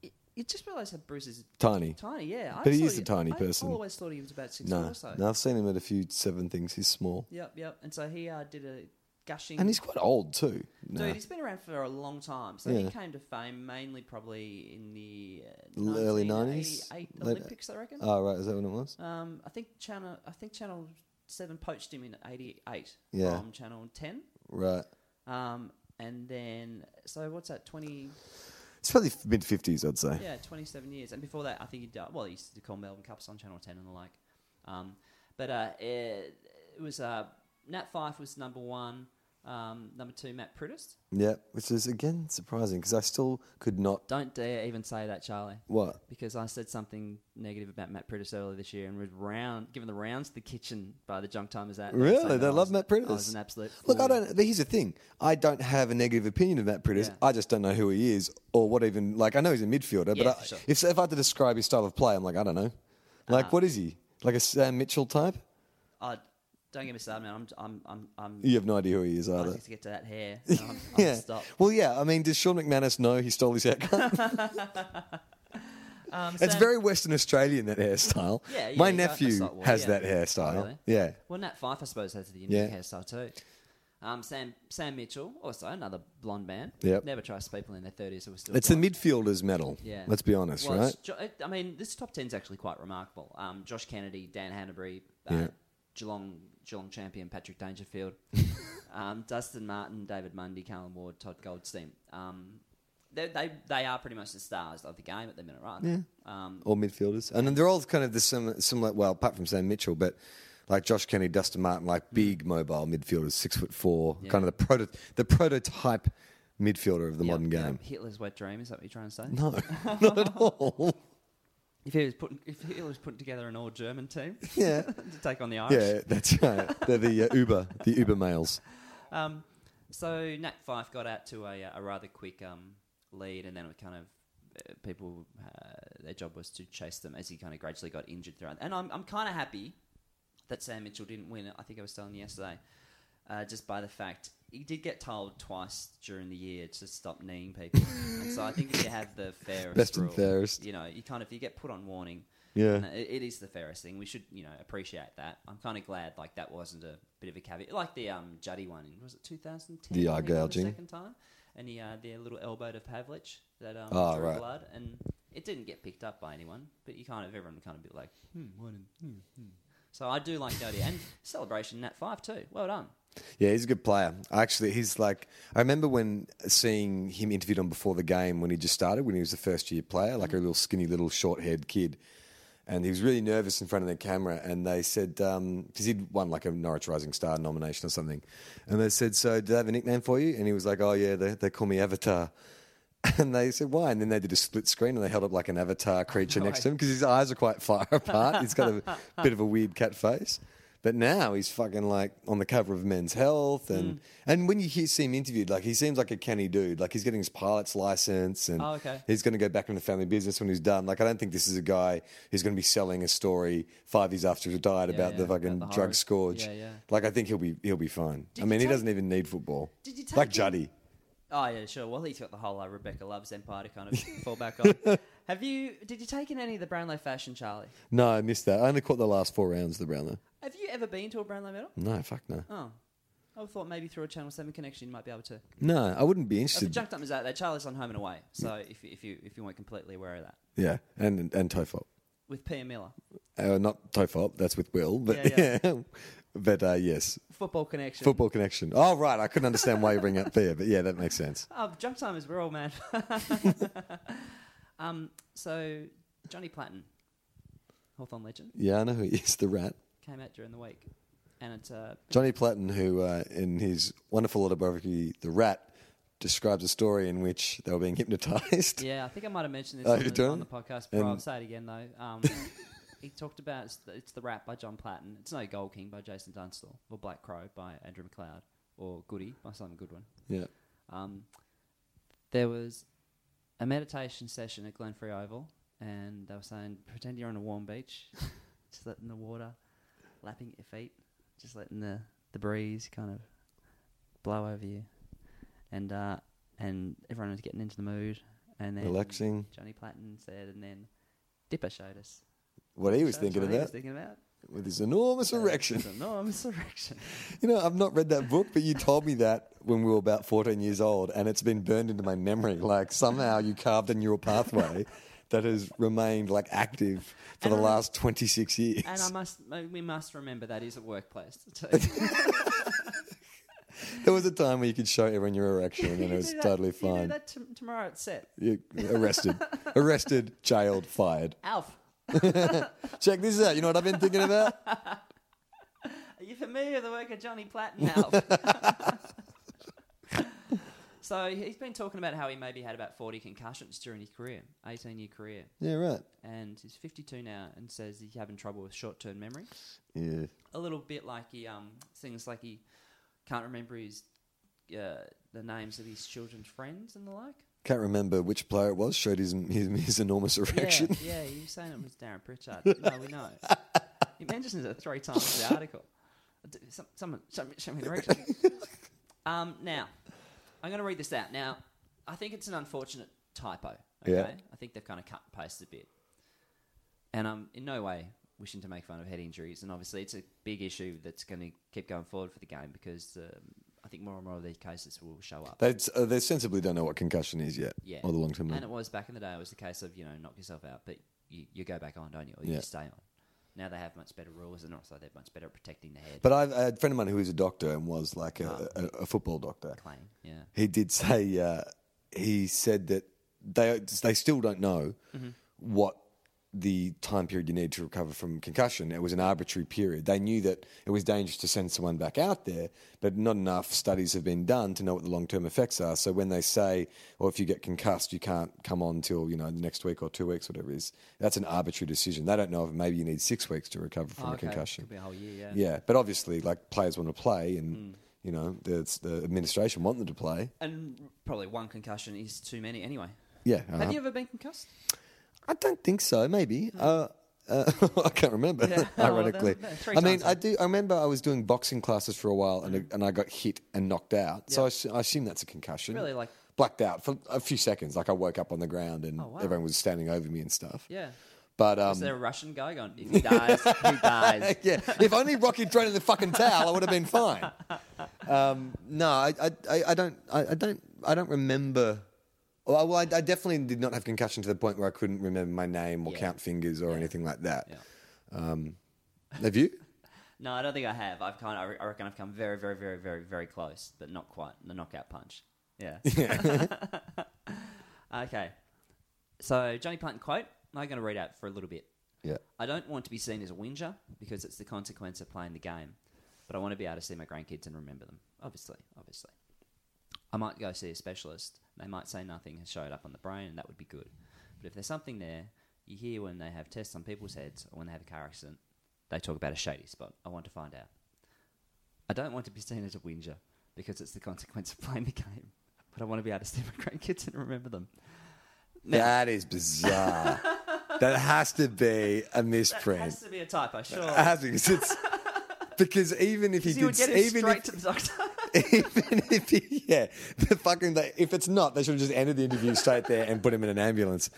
Speaker 1: you- you just realised how Bruce is
Speaker 2: Tiny.
Speaker 1: tiny, yeah. I
Speaker 2: But he
Speaker 1: thought
Speaker 2: is a tiny
Speaker 1: I
Speaker 2: person.
Speaker 1: always thought he was about six foot
Speaker 2: No,
Speaker 1: or so.
Speaker 2: no, I've seen him at a few seven things. He's small,
Speaker 1: Yep, yep. And so he uh, did a gushing.
Speaker 2: and he's quite old too.
Speaker 1: Dude,
Speaker 2: No.
Speaker 1: he's been around for a long time. So he
Speaker 2: Yeah.
Speaker 1: came to fame mainly probably in the
Speaker 2: L-
Speaker 1: uh,
Speaker 2: early 90s?
Speaker 1: 1988
Speaker 2: Late-
Speaker 1: Olympics, I reckon.
Speaker 2: Oh right, is that what it was?
Speaker 1: um, I think channel, I think channel seven poached him in '88
Speaker 2: Yeah.
Speaker 1: from channel ten.
Speaker 2: Right.
Speaker 1: Um, and then, so what's that? Twenty,
Speaker 2: It's probably mid fifties, I'd say.
Speaker 1: yeah, twenty-seven years. And before that, I think he did. Well, he used to call Melbourne Cups on Channel Ten and the like. Um, but uh, it, it was uh, Nat Fife was number one. Um, number two, Matt Prittis.
Speaker 2: Yeah, which is again surprising because I still could not.
Speaker 1: Don't dare even say that, Charlie.
Speaker 2: What?
Speaker 1: Because I said something negative about Matt Prittis earlier this year and was round, given the rounds to the kitchen by the junk timers out. there,
Speaker 2: Really?
Speaker 1: saying that
Speaker 2: They
Speaker 1: I
Speaker 2: love
Speaker 1: was-
Speaker 2: Matt Prittis.
Speaker 1: I was an absolute.
Speaker 2: Look, I
Speaker 1: fool.
Speaker 2: don't. But here's the thing: I don't have a negative opinion of Matt Prittis.
Speaker 1: Yeah.
Speaker 2: I just don't know who he is or what even. Like, I know he's a midfielder,
Speaker 1: Yeah,
Speaker 2: but I,
Speaker 1: for sure. Ah.
Speaker 2: if if I had to describe his style of play, I'm like, I don't know. Like, what is he? Like a Sam Mitchell type?
Speaker 1: I Oh, don't get me started, man. I'm, I'm, I'm, I'm
Speaker 2: You have no idea who he is
Speaker 1: I
Speaker 2: either.
Speaker 1: just get to that hair. and I'm, I'm
Speaker 2: Yeah.
Speaker 1: stopped.
Speaker 2: Well, yeah. I mean, does Sean McManus know he stole his haircut? it's very Western Australian that hairstyle.
Speaker 1: Um, Yeah, yeah,
Speaker 2: My
Speaker 1: you go for
Speaker 2: nephew
Speaker 1: softball,
Speaker 2: has
Speaker 1: yeah.
Speaker 2: that hairstyle.
Speaker 1: Really?
Speaker 2: Yeah.
Speaker 1: Well, Nat Fife, I suppose, has the unique
Speaker 2: Yeah.
Speaker 1: hairstyle too. Um, Sam Sam Mitchell, also another blonde man.
Speaker 2: Yep.
Speaker 1: Never trust people in their thirties who are still.
Speaker 2: It's the
Speaker 1: blonde.
Speaker 2: midfielders' medal.
Speaker 1: Yeah.
Speaker 2: Let's be honest,
Speaker 1: Well,
Speaker 2: right?
Speaker 1: it's Jo- it- I mean, this top ten is actually quite remarkable. Um, Josh Kennedy, Dan Hanbury, uh,
Speaker 2: Yeah.
Speaker 1: Geelong Geelong champion Patrick Dangerfield, um, Dustin Martin, David Mundy, Callum Ward, Todd Goldstein. Um, they, they they are pretty much the stars of the game at the minute, right? Yeah. Um,
Speaker 2: All midfielders, and then they're all kind of the similar, similar. Well, apart from Sam Mitchell, but like Josh Kenny, Dustin Martin, like big mobile midfielders, six foot four, kind of the proto- the prototype midfielder of the
Speaker 1: yeah,
Speaker 2: modern
Speaker 1: you know,
Speaker 2: game.
Speaker 1: Hitler's wet dream is that what you're trying to say?
Speaker 2: No, not at all.
Speaker 1: If he was putting if Hitler was putting together an all German team
Speaker 2: Yeah,
Speaker 1: to take on the Irish.
Speaker 2: yeah, that's right. They're the uh, Uber, the Uber males.
Speaker 1: Um, so Nat Fife got out to a, uh, a rather quick um, lead, and then it kind of uh, people uh, their job was to chase them as he kind of gradually got injured throughout. And I'm I'm kind of happy that Sam Mitchell didn't win it. I think I was telling you yesterday, uh, just by the fact he did get told twice during the year to stop kneeing people, and so I think if you have the fairest
Speaker 2: Best and
Speaker 1: rule,
Speaker 2: fairest.
Speaker 1: you know, you kind of you get put on warning.
Speaker 2: Yeah.
Speaker 1: And it, it is the fairest thing. We should, you know, appreciate that. I'm kind of glad like that wasn't a bit of a caveat, like the um Juddy one. in- Was it 2010?
Speaker 2: The
Speaker 1: when
Speaker 2: eye
Speaker 1: he got
Speaker 2: gouging.
Speaker 1: second time, and he uh, the little elbow to Pavlich that um
Speaker 2: Oh,
Speaker 1: drew
Speaker 2: right.
Speaker 1: blood, and it didn't get picked up by anyone. But you kind of everyone kind of bit like, hmm, what? in- hmm, hmm." So I do like Juddy and celebration Nat five too. Well done.
Speaker 2: Yeah, he's a good player. Actually, he's like I remember when seeing him interviewed on before the game when he just started when he was a first year player, like a little skinny little short haired kid, and he was really nervous in front of the camera. And they said because he'd won like a Norwich Rising Star nomination or something, and they said, "So do they have a nickname for you?" And he was like, "Oh yeah, they, they call me Avatar." And they said, why? And then they did a split screen and they held up like an avatar creature
Speaker 1: Oh,
Speaker 2: next to him because his eyes are quite far apart. He's got a bit of a weird cat face. But now he's fucking like on the cover of Men's Health.
Speaker 1: Mm.
Speaker 2: And, and when you hear, see him interviewed, like he seems like a canny dude. Like he's getting his pilot's license and
Speaker 1: Oh, okay.
Speaker 2: he's going to go back into the family business when he's done. Like I don't think this is a guy who's going to be selling a story five years after he died about
Speaker 1: yeah,
Speaker 2: the
Speaker 1: about
Speaker 2: fucking
Speaker 1: the
Speaker 2: drug
Speaker 1: horrors.
Speaker 2: scourge.
Speaker 1: Yeah, yeah.
Speaker 2: Like I think he'll be, he'll be fine.
Speaker 1: Did
Speaker 2: I
Speaker 1: you
Speaker 2: mean, he
Speaker 1: take-
Speaker 2: doesn't even need football.
Speaker 1: Did you take
Speaker 2: like
Speaker 1: him-
Speaker 2: Juddy.
Speaker 1: Oh yeah, sure. Well, he's got the whole uh, Rebecca Love's empire to kind of fall back on. Have you? Did you take in any of the Brownlow fashion, Charlie?
Speaker 2: No, I missed that. I only caught the last four rounds of the Brownlow.
Speaker 1: Have you ever been to a Brownlow medal?
Speaker 2: No, fuck no.
Speaker 1: Oh. I thought maybe through a Channel 7 connection you might be able to.
Speaker 2: No, I wouldn't be
Speaker 1: If you
Speaker 2: interested.
Speaker 1: junked up is out there, Charlie's on home and away. So if, if you if you weren't completely aware of that.
Speaker 2: Yeah, and and Tofop.
Speaker 1: With Pia Miller.
Speaker 2: Uh, not Tofop, that's with Will, but
Speaker 1: Yeah,
Speaker 2: yeah. but uh, yes,
Speaker 1: Football connection.
Speaker 2: football connection. Oh, right, I couldn't understand why you bring up there, but yeah, that makes sense.
Speaker 1: Oh, junk time is real, man. um, so Johnny Platten, Hawthorn legend,
Speaker 2: Yeah, I know who he is, the rat.
Speaker 1: came out during the week. And it's uh,
Speaker 2: Johnny Platten, who uh, in his wonderful autobiography, The Rat, describes a story in which they were being hypnotized.
Speaker 1: Yeah, I think I might have mentioned this
Speaker 2: Oh,
Speaker 1: on,
Speaker 2: you
Speaker 1: the,
Speaker 2: did?
Speaker 1: on the podcast, but I'll
Speaker 2: And-
Speaker 1: say it again though. Um, he talked about it's the, it's the rap by John Platten. It's no Gold King by Jason Dunstall or Black Crow by Andrew McLeod or Goody by Simon Goodwin.
Speaker 2: Yeah.
Speaker 1: Um, there was a meditation session at Glenfrey Oval, and they were saying, pretend you're on a warm beach, just letting the water lapping at your feet, just letting the, the breeze kind of blow over you, and uh, and everyone was getting into the mood, and then
Speaker 2: Relaxing.
Speaker 1: Johnny Platten said, and then Dipper showed us.
Speaker 2: What he
Speaker 1: Showed
Speaker 2: was
Speaker 1: us
Speaker 2: thinking
Speaker 1: what
Speaker 2: of
Speaker 1: he was
Speaker 2: that
Speaker 1: thinking about
Speaker 2: with his enormous erection.
Speaker 1: It's an enormous erection.
Speaker 2: You know, I've not read that book, but you told me that when we were about 14 years old, and it's been burned into my memory. Like, somehow you carved a neural pathway that has remained, like, active for
Speaker 1: And
Speaker 2: the
Speaker 1: I-
Speaker 2: last 26 years.
Speaker 1: And I must, we must remember that is a workplace. too.
Speaker 2: There was a time where you could show everyone your erection, and it
Speaker 1: You
Speaker 2: was
Speaker 1: do that-
Speaker 2: totally
Speaker 1: you do
Speaker 2: fine.
Speaker 1: that tom- tomorrow at set.
Speaker 2: You arrested. arrested, jailed, fired.
Speaker 1: Alf,
Speaker 2: Check this out. You know what I've been thinking about?
Speaker 1: are you familiar with the work of Johnny Platten, Alf? so he's been talking about how he maybe had about 40 concussions during his career, 18 year career.
Speaker 2: Yeah, right.
Speaker 1: And he's 52 now and says he's having trouble with short term memory.
Speaker 2: Yeah.
Speaker 1: A little bit like he, um, things like he can't remember his, uh, the names of his children's friends and the like.
Speaker 2: Can't remember which player it was showed his, his, his enormous erection.
Speaker 1: Yeah, yeah, you were saying it was Darren Pritchard. no, we know. He mentions it three times in the article. D- Some, someone, show me, show me the direction. um, now, I'm going to read this out. Now, I think it's an unfortunate typo. Okay?
Speaker 2: Yeah.
Speaker 1: I think they've kind of cut and pasted a bit. And I'm in no way wishing to make fun of head injuries. And obviously, it's a big issue that's going to keep going forward for the game because um, I think more and more of these cases will show up.
Speaker 2: They uh, they sensibly don't know what concussion is yet,
Speaker 1: yeah,
Speaker 2: or the long term.
Speaker 1: And
Speaker 2: one.
Speaker 1: it was back in the day. It was the case of you know knock yourself out, but you, you go back on, don't you? Or you
Speaker 2: Yeah.
Speaker 1: stay on. Now they have much better rules, and also they're much better at protecting the head.
Speaker 2: But I've, I had a friend of mine who is a doctor and was like a,
Speaker 1: Ah.
Speaker 2: a, a football doctor.
Speaker 1: playing, yeah.
Speaker 2: He did say uh, he said that they they still don't know
Speaker 1: Mm-hmm.
Speaker 2: what the time period you need to recover from concussion. It was an arbitrary period. They knew that it was dangerous to send someone back out there, but not enough studies have been done to know what the long term effects are. So when they say, "Well, if you get concussed, you can't come on till you know the next week or two weeks, whatever it is," that's an arbitrary decision. They don't know if maybe you need six weeks to recover from
Speaker 1: Oh,
Speaker 2: a
Speaker 1: okay.
Speaker 2: concussion.
Speaker 1: Could be a whole year, yeah. Hmm.
Speaker 2: Yeah, but obviously, like players want to play, and you know the, the administration want them to play.
Speaker 1: And probably one concussion is too many anyway.
Speaker 2: Yeah,
Speaker 1: Have
Speaker 2: uh,
Speaker 1: you ever been concussed?
Speaker 2: I don't think so. Maybe uh, uh, I can't remember.
Speaker 1: Yeah. Oh, well,
Speaker 2: Ironically,
Speaker 1: then- Hmm. then three
Speaker 2: I mean,
Speaker 1: times
Speaker 2: I do. I remember I was doing boxing classes for a while, and and I got hit and knocked out. So I, s- I assume that's a concussion.
Speaker 1: Really, like-
Speaker 2: blacked out for a few seconds. Like I woke up on the ground, and
Speaker 1: Oh, wow.
Speaker 2: everyone was standing over me and stuff.
Speaker 1: Yeah.
Speaker 2: But um,
Speaker 1: Is there a Russian guy going, if he dies, he dies?
Speaker 2: yeah. If only Rocky thrown in the fucking towel, I would have been fine. Um, no, I, I- I, I don't, I, I don't, I don't remember. Well, well, I, I definitely did not have concussion to the point where I couldn't remember my name or
Speaker 1: Yeah.
Speaker 2: count fingers or anything like that.
Speaker 1: Yeah.
Speaker 2: Um, have you?
Speaker 1: No, I don't think I have. I've kind of, I re- I reckon I've come very, very, very, very, very close, but not quite. The knockout punch. Yeah. okay. So, Johnny Punton quote, I'm going to read out for a little bit.
Speaker 2: Yeah.
Speaker 1: I don't want to be seen as a whinger because it's the consequence of playing the game, but I want to be able to see my grandkids and remember them. Obviously, obviously. I might go see a specialist. They might say nothing has showed up on the brain, and that would be good. But if there's something there, you hear when they have tests on people's heads or when they have a car accident, they talk about a shady spot. I want to find out. I don't want to be seen as a whinger because it's the consequence of playing the game, but I want to be able to see my grandkids and remember them.
Speaker 2: That is bizarre. that has to be a misprint.
Speaker 1: Has to be a typo, sure.
Speaker 2: It has to, because it's- because even if he
Speaker 1: you would
Speaker 2: did,
Speaker 1: get him
Speaker 2: even
Speaker 1: straight
Speaker 2: if,
Speaker 1: to the doctor.
Speaker 2: even if he, yeah, the fucking they, if it's not, they should have just ended the interview straight there and put him in an ambulance.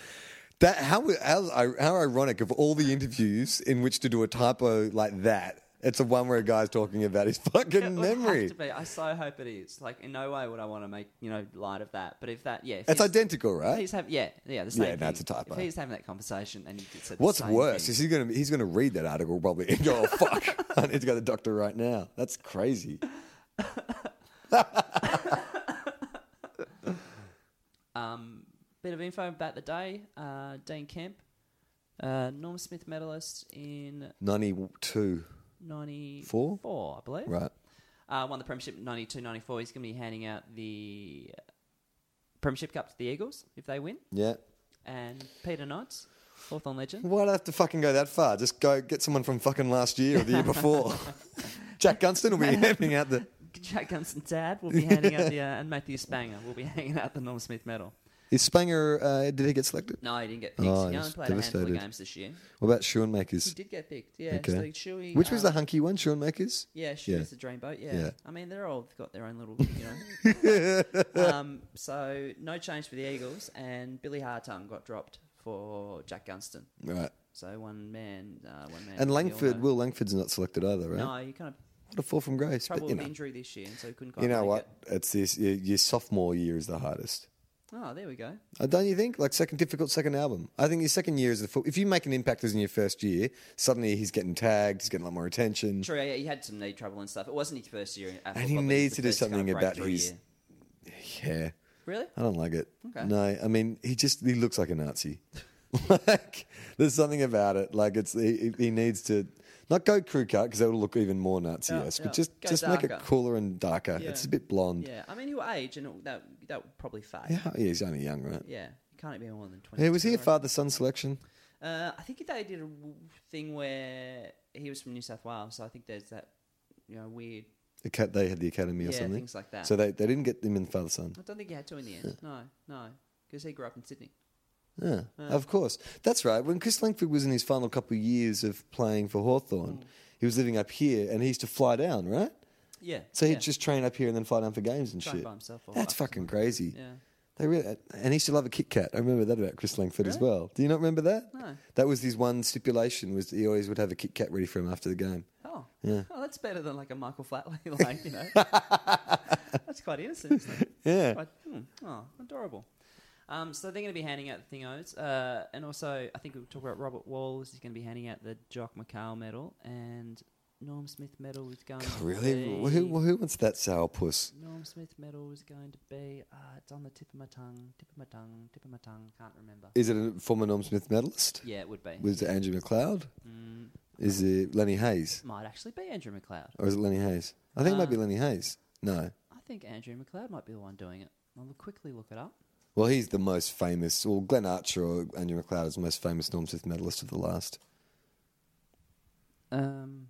Speaker 2: That how how, how ironic of all the interviews in which to do a typo like that. It's the one where a guy's talking about his fucking
Speaker 1: It would have
Speaker 2: memory.
Speaker 1: to be. I so hope it is. Like, in no way would I want to make you know light of that. But if that, yeah, if
Speaker 2: It's
Speaker 1: he's-
Speaker 2: identical,
Speaker 1: if
Speaker 2: right?
Speaker 1: He's having yeah, yeah, the same
Speaker 2: Yeah,
Speaker 1: thing.
Speaker 2: that's a typo.
Speaker 1: If he's having that conversation and he said the
Speaker 2: What's
Speaker 1: same
Speaker 2: worse
Speaker 1: thing-
Speaker 2: is he's gonna he's gonna read that article probably and go, oh, "Fuck, I need to go to the doctor right now." That's crazy.
Speaker 1: um, bit of info about the day. Uh, Dean Kemp, uh, Norm Smith medalist in
Speaker 2: Ninety-two,
Speaker 1: '94, I believe.
Speaker 2: right?
Speaker 1: Uh, won the premiership in 92, 94. He's going to be handing out the premiership cup to the Eagles if they win.
Speaker 2: Yeah.
Speaker 1: And Peter Knights, Hawthorn legend.
Speaker 2: Why'd I have to fucking go that far? Just go get someone from fucking last year or the year before. Jack Gunston will be handing out the.
Speaker 1: Jack Gunson's dad will be handing out the, uh, and Matthew Spanger will be hanging out the Norm Smith medal.
Speaker 2: Is Spanger? Uh, did he get selected?
Speaker 1: No, he didn't get picked.
Speaker 2: Oh,
Speaker 1: he only
Speaker 2: he's
Speaker 1: played a handful of
Speaker 2: devastated.
Speaker 1: games this year.
Speaker 2: What about
Speaker 1: He
Speaker 2: Shoemakers?
Speaker 1: did get picked, yeah.
Speaker 2: Okay.
Speaker 1: So Shuey,
Speaker 2: Which was the
Speaker 1: um,
Speaker 2: hunky one? Shoemakers.
Speaker 1: Yeah,
Speaker 2: Yeah.
Speaker 1: Shuey's the dreamboat, yeah.
Speaker 2: Yeah.
Speaker 1: I mean, they're all got their own little, you know. um, so, no change for the Eagles, and Billy Hartung got dropped for Jack Gunston.
Speaker 2: Right.
Speaker 1: So, one man, uh, one man. we
Speaker 2: And
Speaker 1: all
Speaker 2: Langford,
Speaker 1: know.
Speaker 2: Will Langford's not selected either, right?
Speaker 1: No, you kind of
Speaker 2: What a fall from grace. But
Speaker 1: trouble
Speaker 2: you
Speaker 1: with
Speaker 2: know,
Speaker 1: injury this year, and so he couldn't quite
Speaker 2: you know
Speaker 1: make
Speaker 2: what?
Speaker 1: it.
Speaker 2: It's this. Your, your sophomore year is the hardest.
Speaker 1: Oh, there we go.
Speaker 2: Uh, don't you think? Like second difficult second album. I think your second year is the. Full, if you make an impact as in your first year, suddenly he's getting tagged. He's getting a lot more attention.
Speaker 1: True, yeah, he had some knee trouble and stuff. It wasn't his first year, in Apple,
Speaker 2: And he
Speaker 1: but it was
Speaker 2: needs
Speaker 1: the
Speaker 2: to do
Speaker 1: first kind of
Speaker 2: something about
Speaker 1: breakthrough
Speaker 2: his-
Speaker 1: year.
Speaker 2: Yeah.
Speaker 1: Really?
Speaker 2: I don't like it.
Speaker 1: Okay.
Speaker 2: No, I mean he just he looks like a Nazi. like there's something about it. Like it's he, he needs to not go crew cut because that would look even more Nazi esque.
Speaker 1: Yeah, yeah.
Speaker 2: But just
Speaker 1: Go
Speaker 2: just make it
Speaker 1: darker.
Speaker 2: cooler and darker.
Speaker 1: Yeah.
Speaker 2: It's a bit blonde.
Speaker 1: Yeah, I mean, he'll age, and it, that that would probably fade.
Speaker 2: Yeah, yeah, he's only young, right?
Speaker 1: Yeah, you can't be more than twenty.
Speaker 2: Hey, was he a father son selection?
Speaker 1: Uh, I think they did a w- thing where he was from New South Wales, so I think there's that you know weird.
Speaker 2: The cat they had the academy or
Speaker 1: Yeah,
Speaker 2: something.
Speaker 1: things like that.
Speaker 2: So they, they didn't get them in father son.
Speaker 1: I don't think he had to in the end. No, no, because he grew up in Sydney.
Speaker 2: Yeah, of course. That's right. When Chris Langford was in his final couple of years of playing for Hawthorn,
Speaker 1: Mm.
Speaker 2: he was living up here and he used to fly down, right?
Speaker 1: Yeah.
Speaker 2: So he'd
Speaker 1: yeah.
Speaker 2: just train up here and then fly down for games and
Speaker 1: Train
Speaker 2: shit.
Speaker 1: by himself or
Speaker 2: That's
Speaker 1: up to
Speaker 2: fucking crazy.
Speaker 1: Yeah.
Speaker 2: They really, and he used to love a Kit Kat. I remember that about Chris Langford as well. Do you not remember that?
Speaker 1: No.
Speaker 2: That was his one stipulation was that he always would have a Kit Kat ready for him after the game.
Speaker 1: Oh, Oh, oh, that's better than like a Michael Flatley line, you know. that's quite innocent. Isn't it?
Speaker 2: Yeah.
Speaker 1: Quite, hmm, oh, adorable. Um, so they're going to be handing out the thingos, uh, and also I think we'll talk about Robert Wallace. He's going to be handing out the Jock McCall Medal and Norm Smith Medal is going. to
Speaker 2: Really?
Speaker 1: be-
Speaker 2: Who, who, who wants that sourpuss?
Speaker 1: Norm Smith Medal is going to be. Uh, it's on the tip of my tongue, tip of my tongue, tip of my tongue. Can't remember.
Speaker 2: Is it a former Norm Smith medalist?
Speaker 1: yeah, Mm. it would be.
Speaker 2: Was it Andrew McLeod? Is it Lenny Hayes?
Speaker 1: Might actually be Andrew McLeod.
Speaker 2: Or is it Lenny Hayes? I think it
Speaker 1: Uh.
Speaker 2: might be Lenny Hayes. No.
Speaker 1: I think Andrew McLeod might be the one doing it. I'll quickly look it up.
Speaker 2: Well, he's the most famous. Well, Glenn Archer or Andrew McLeod is the most famous Norm Smith medalist of the last.
Speaker 1: Um.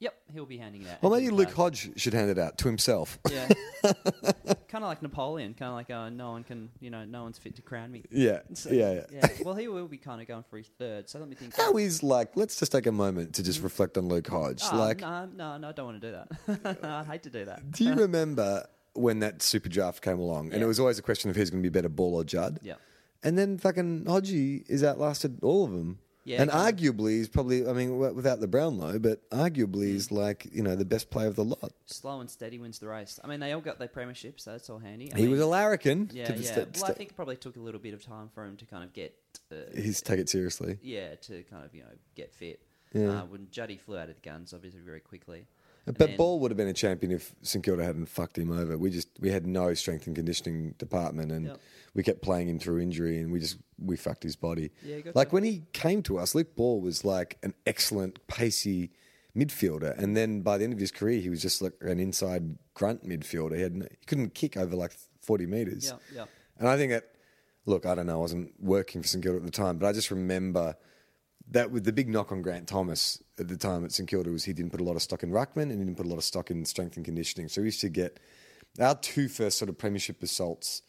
Speaker 1: Yep, he'll be handing it out.
Speaker 2: Or
Speaker 1: Andrew
Speaker 2: maybe Luke
Speaker 1: McLeod.
Speaker 2: Hodge should hand it out to himself.
Speaker 1: Yeah. kind of like Napoleon, kind of like uh, no one can, you know, no one's fit to crown me.
Speaker 2: yeah. yeah. Yeah.
Speaker 1: Yeah. Well, he will be kind of going for his third. So let me think.
Speaker 2: How is like? Let's just take a moment to just reflect on Luke Hodge.
Speaker 1: Mm. Oh,
Speaker 2: like,
Speaker 1: no, no, no, I don't want to do that. I'd hate to do that.
Speaker 2: do you remember when that super draft came along? And
Speaker 1: Yeah.
Speaker 2: it was always a question of who's going to be better, Ball or Judd.
Speaker 1: Yeah.
Speaker 2: And then fucking Hodgie is outlasted all of them.
Speaker 1: Yeah,
Speaker 2: and
Speaker 1: kind of.
Speaker 2: arguably, he's probably, I mean, w- without the Brownlow, but arguably,
Speaker 1: Mm.
Speaker 2: he's like, you know, the best player of the lot.
Speaker 1: Slow and steady wins the race. I mean, they all got their premierships, so that's all handy. I
Speaker 2: He
Speaker 1: mean,
Speaker 2: was a larrikin.
Speaker 1: Yeah,
Speaker 2: to the
Speaker 1: yeah.
Speaker 2: sta-
Speaker 1: well, I
Speaker 2: sta-
Speaker 1: think it probably took a little bit of time for him to kind of get. Uh,
Speaker 2: He's take it seriously.
Speaker 1: yeah, to kind of you know get fit.
Speaker 2: Yeah.
Speaker 1: Uh, when Juddy flew out of the guns, obviously very quickly. And
Speaker 2: But
Speaker 1: then-
Speaker 2: Ball would have been a champion if St Kilda hadn't fucked him over. We just we had no strength and conditioning department, and
Speaker 1: Yep.
Speaker 2: we kept playing him through injury, and we just we fucked his body.
Speaker 1: Yeah, gotcha.
Speaker 2: Like when he came to us, Luke Ball was like an excellent pacey midfielder, and then by the end of his career, he was just like an inside grunt midfielder. He had no, he couldn't kick over like forty meters.
Speaker 1: Yep, yep.
Speaker 2: And I think that, look, I don't know, I wasn't working for St Kilda at the time, but I just remember that with the big knock on Grant Thomas at the time at St Kilda was he didn't put a lot of stock in ruckman and he didn't put a lot of stock in strength and conditioning. So we used to get our two first sort of premiership assaults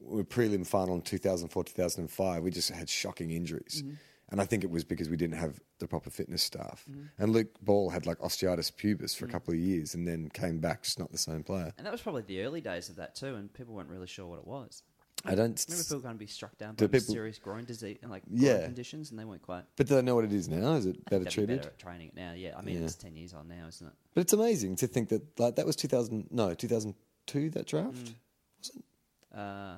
Speaker 2: were prelim final in 2004, 2005. We just had shocking injuries. And I think it was because we didn't have the proper fitness staff. And Luke Ball had like osteitis pubis for a couple of years and then came back just not the same player.
Speaker 1: And that was probably the early days of that too, and people weren't really sure what it was.
Speaker 2: I don't.
Speaker 1: Remember people going to be struck down by
Speaker 2: Do
Speaker 1: these
Speaker 2: people-
Speaker 1: serious groin disease and like groin
Speaker 2: Yeah.
Speaker 1: conditions, and they weren't quite
Speaker 2: But do they know what it is now? Is it better
Speaker 1: they're
Speaker 2: treated?
Speaker 1: better at training it now. Yeah, I mean
Speaker 2: Yeah.
Speaker 1: it's ten years on now, isn't it?
Speaker 2: But it's amazing to think that like that was 2000 no 2002 that draft.
Speaker 1: Uh,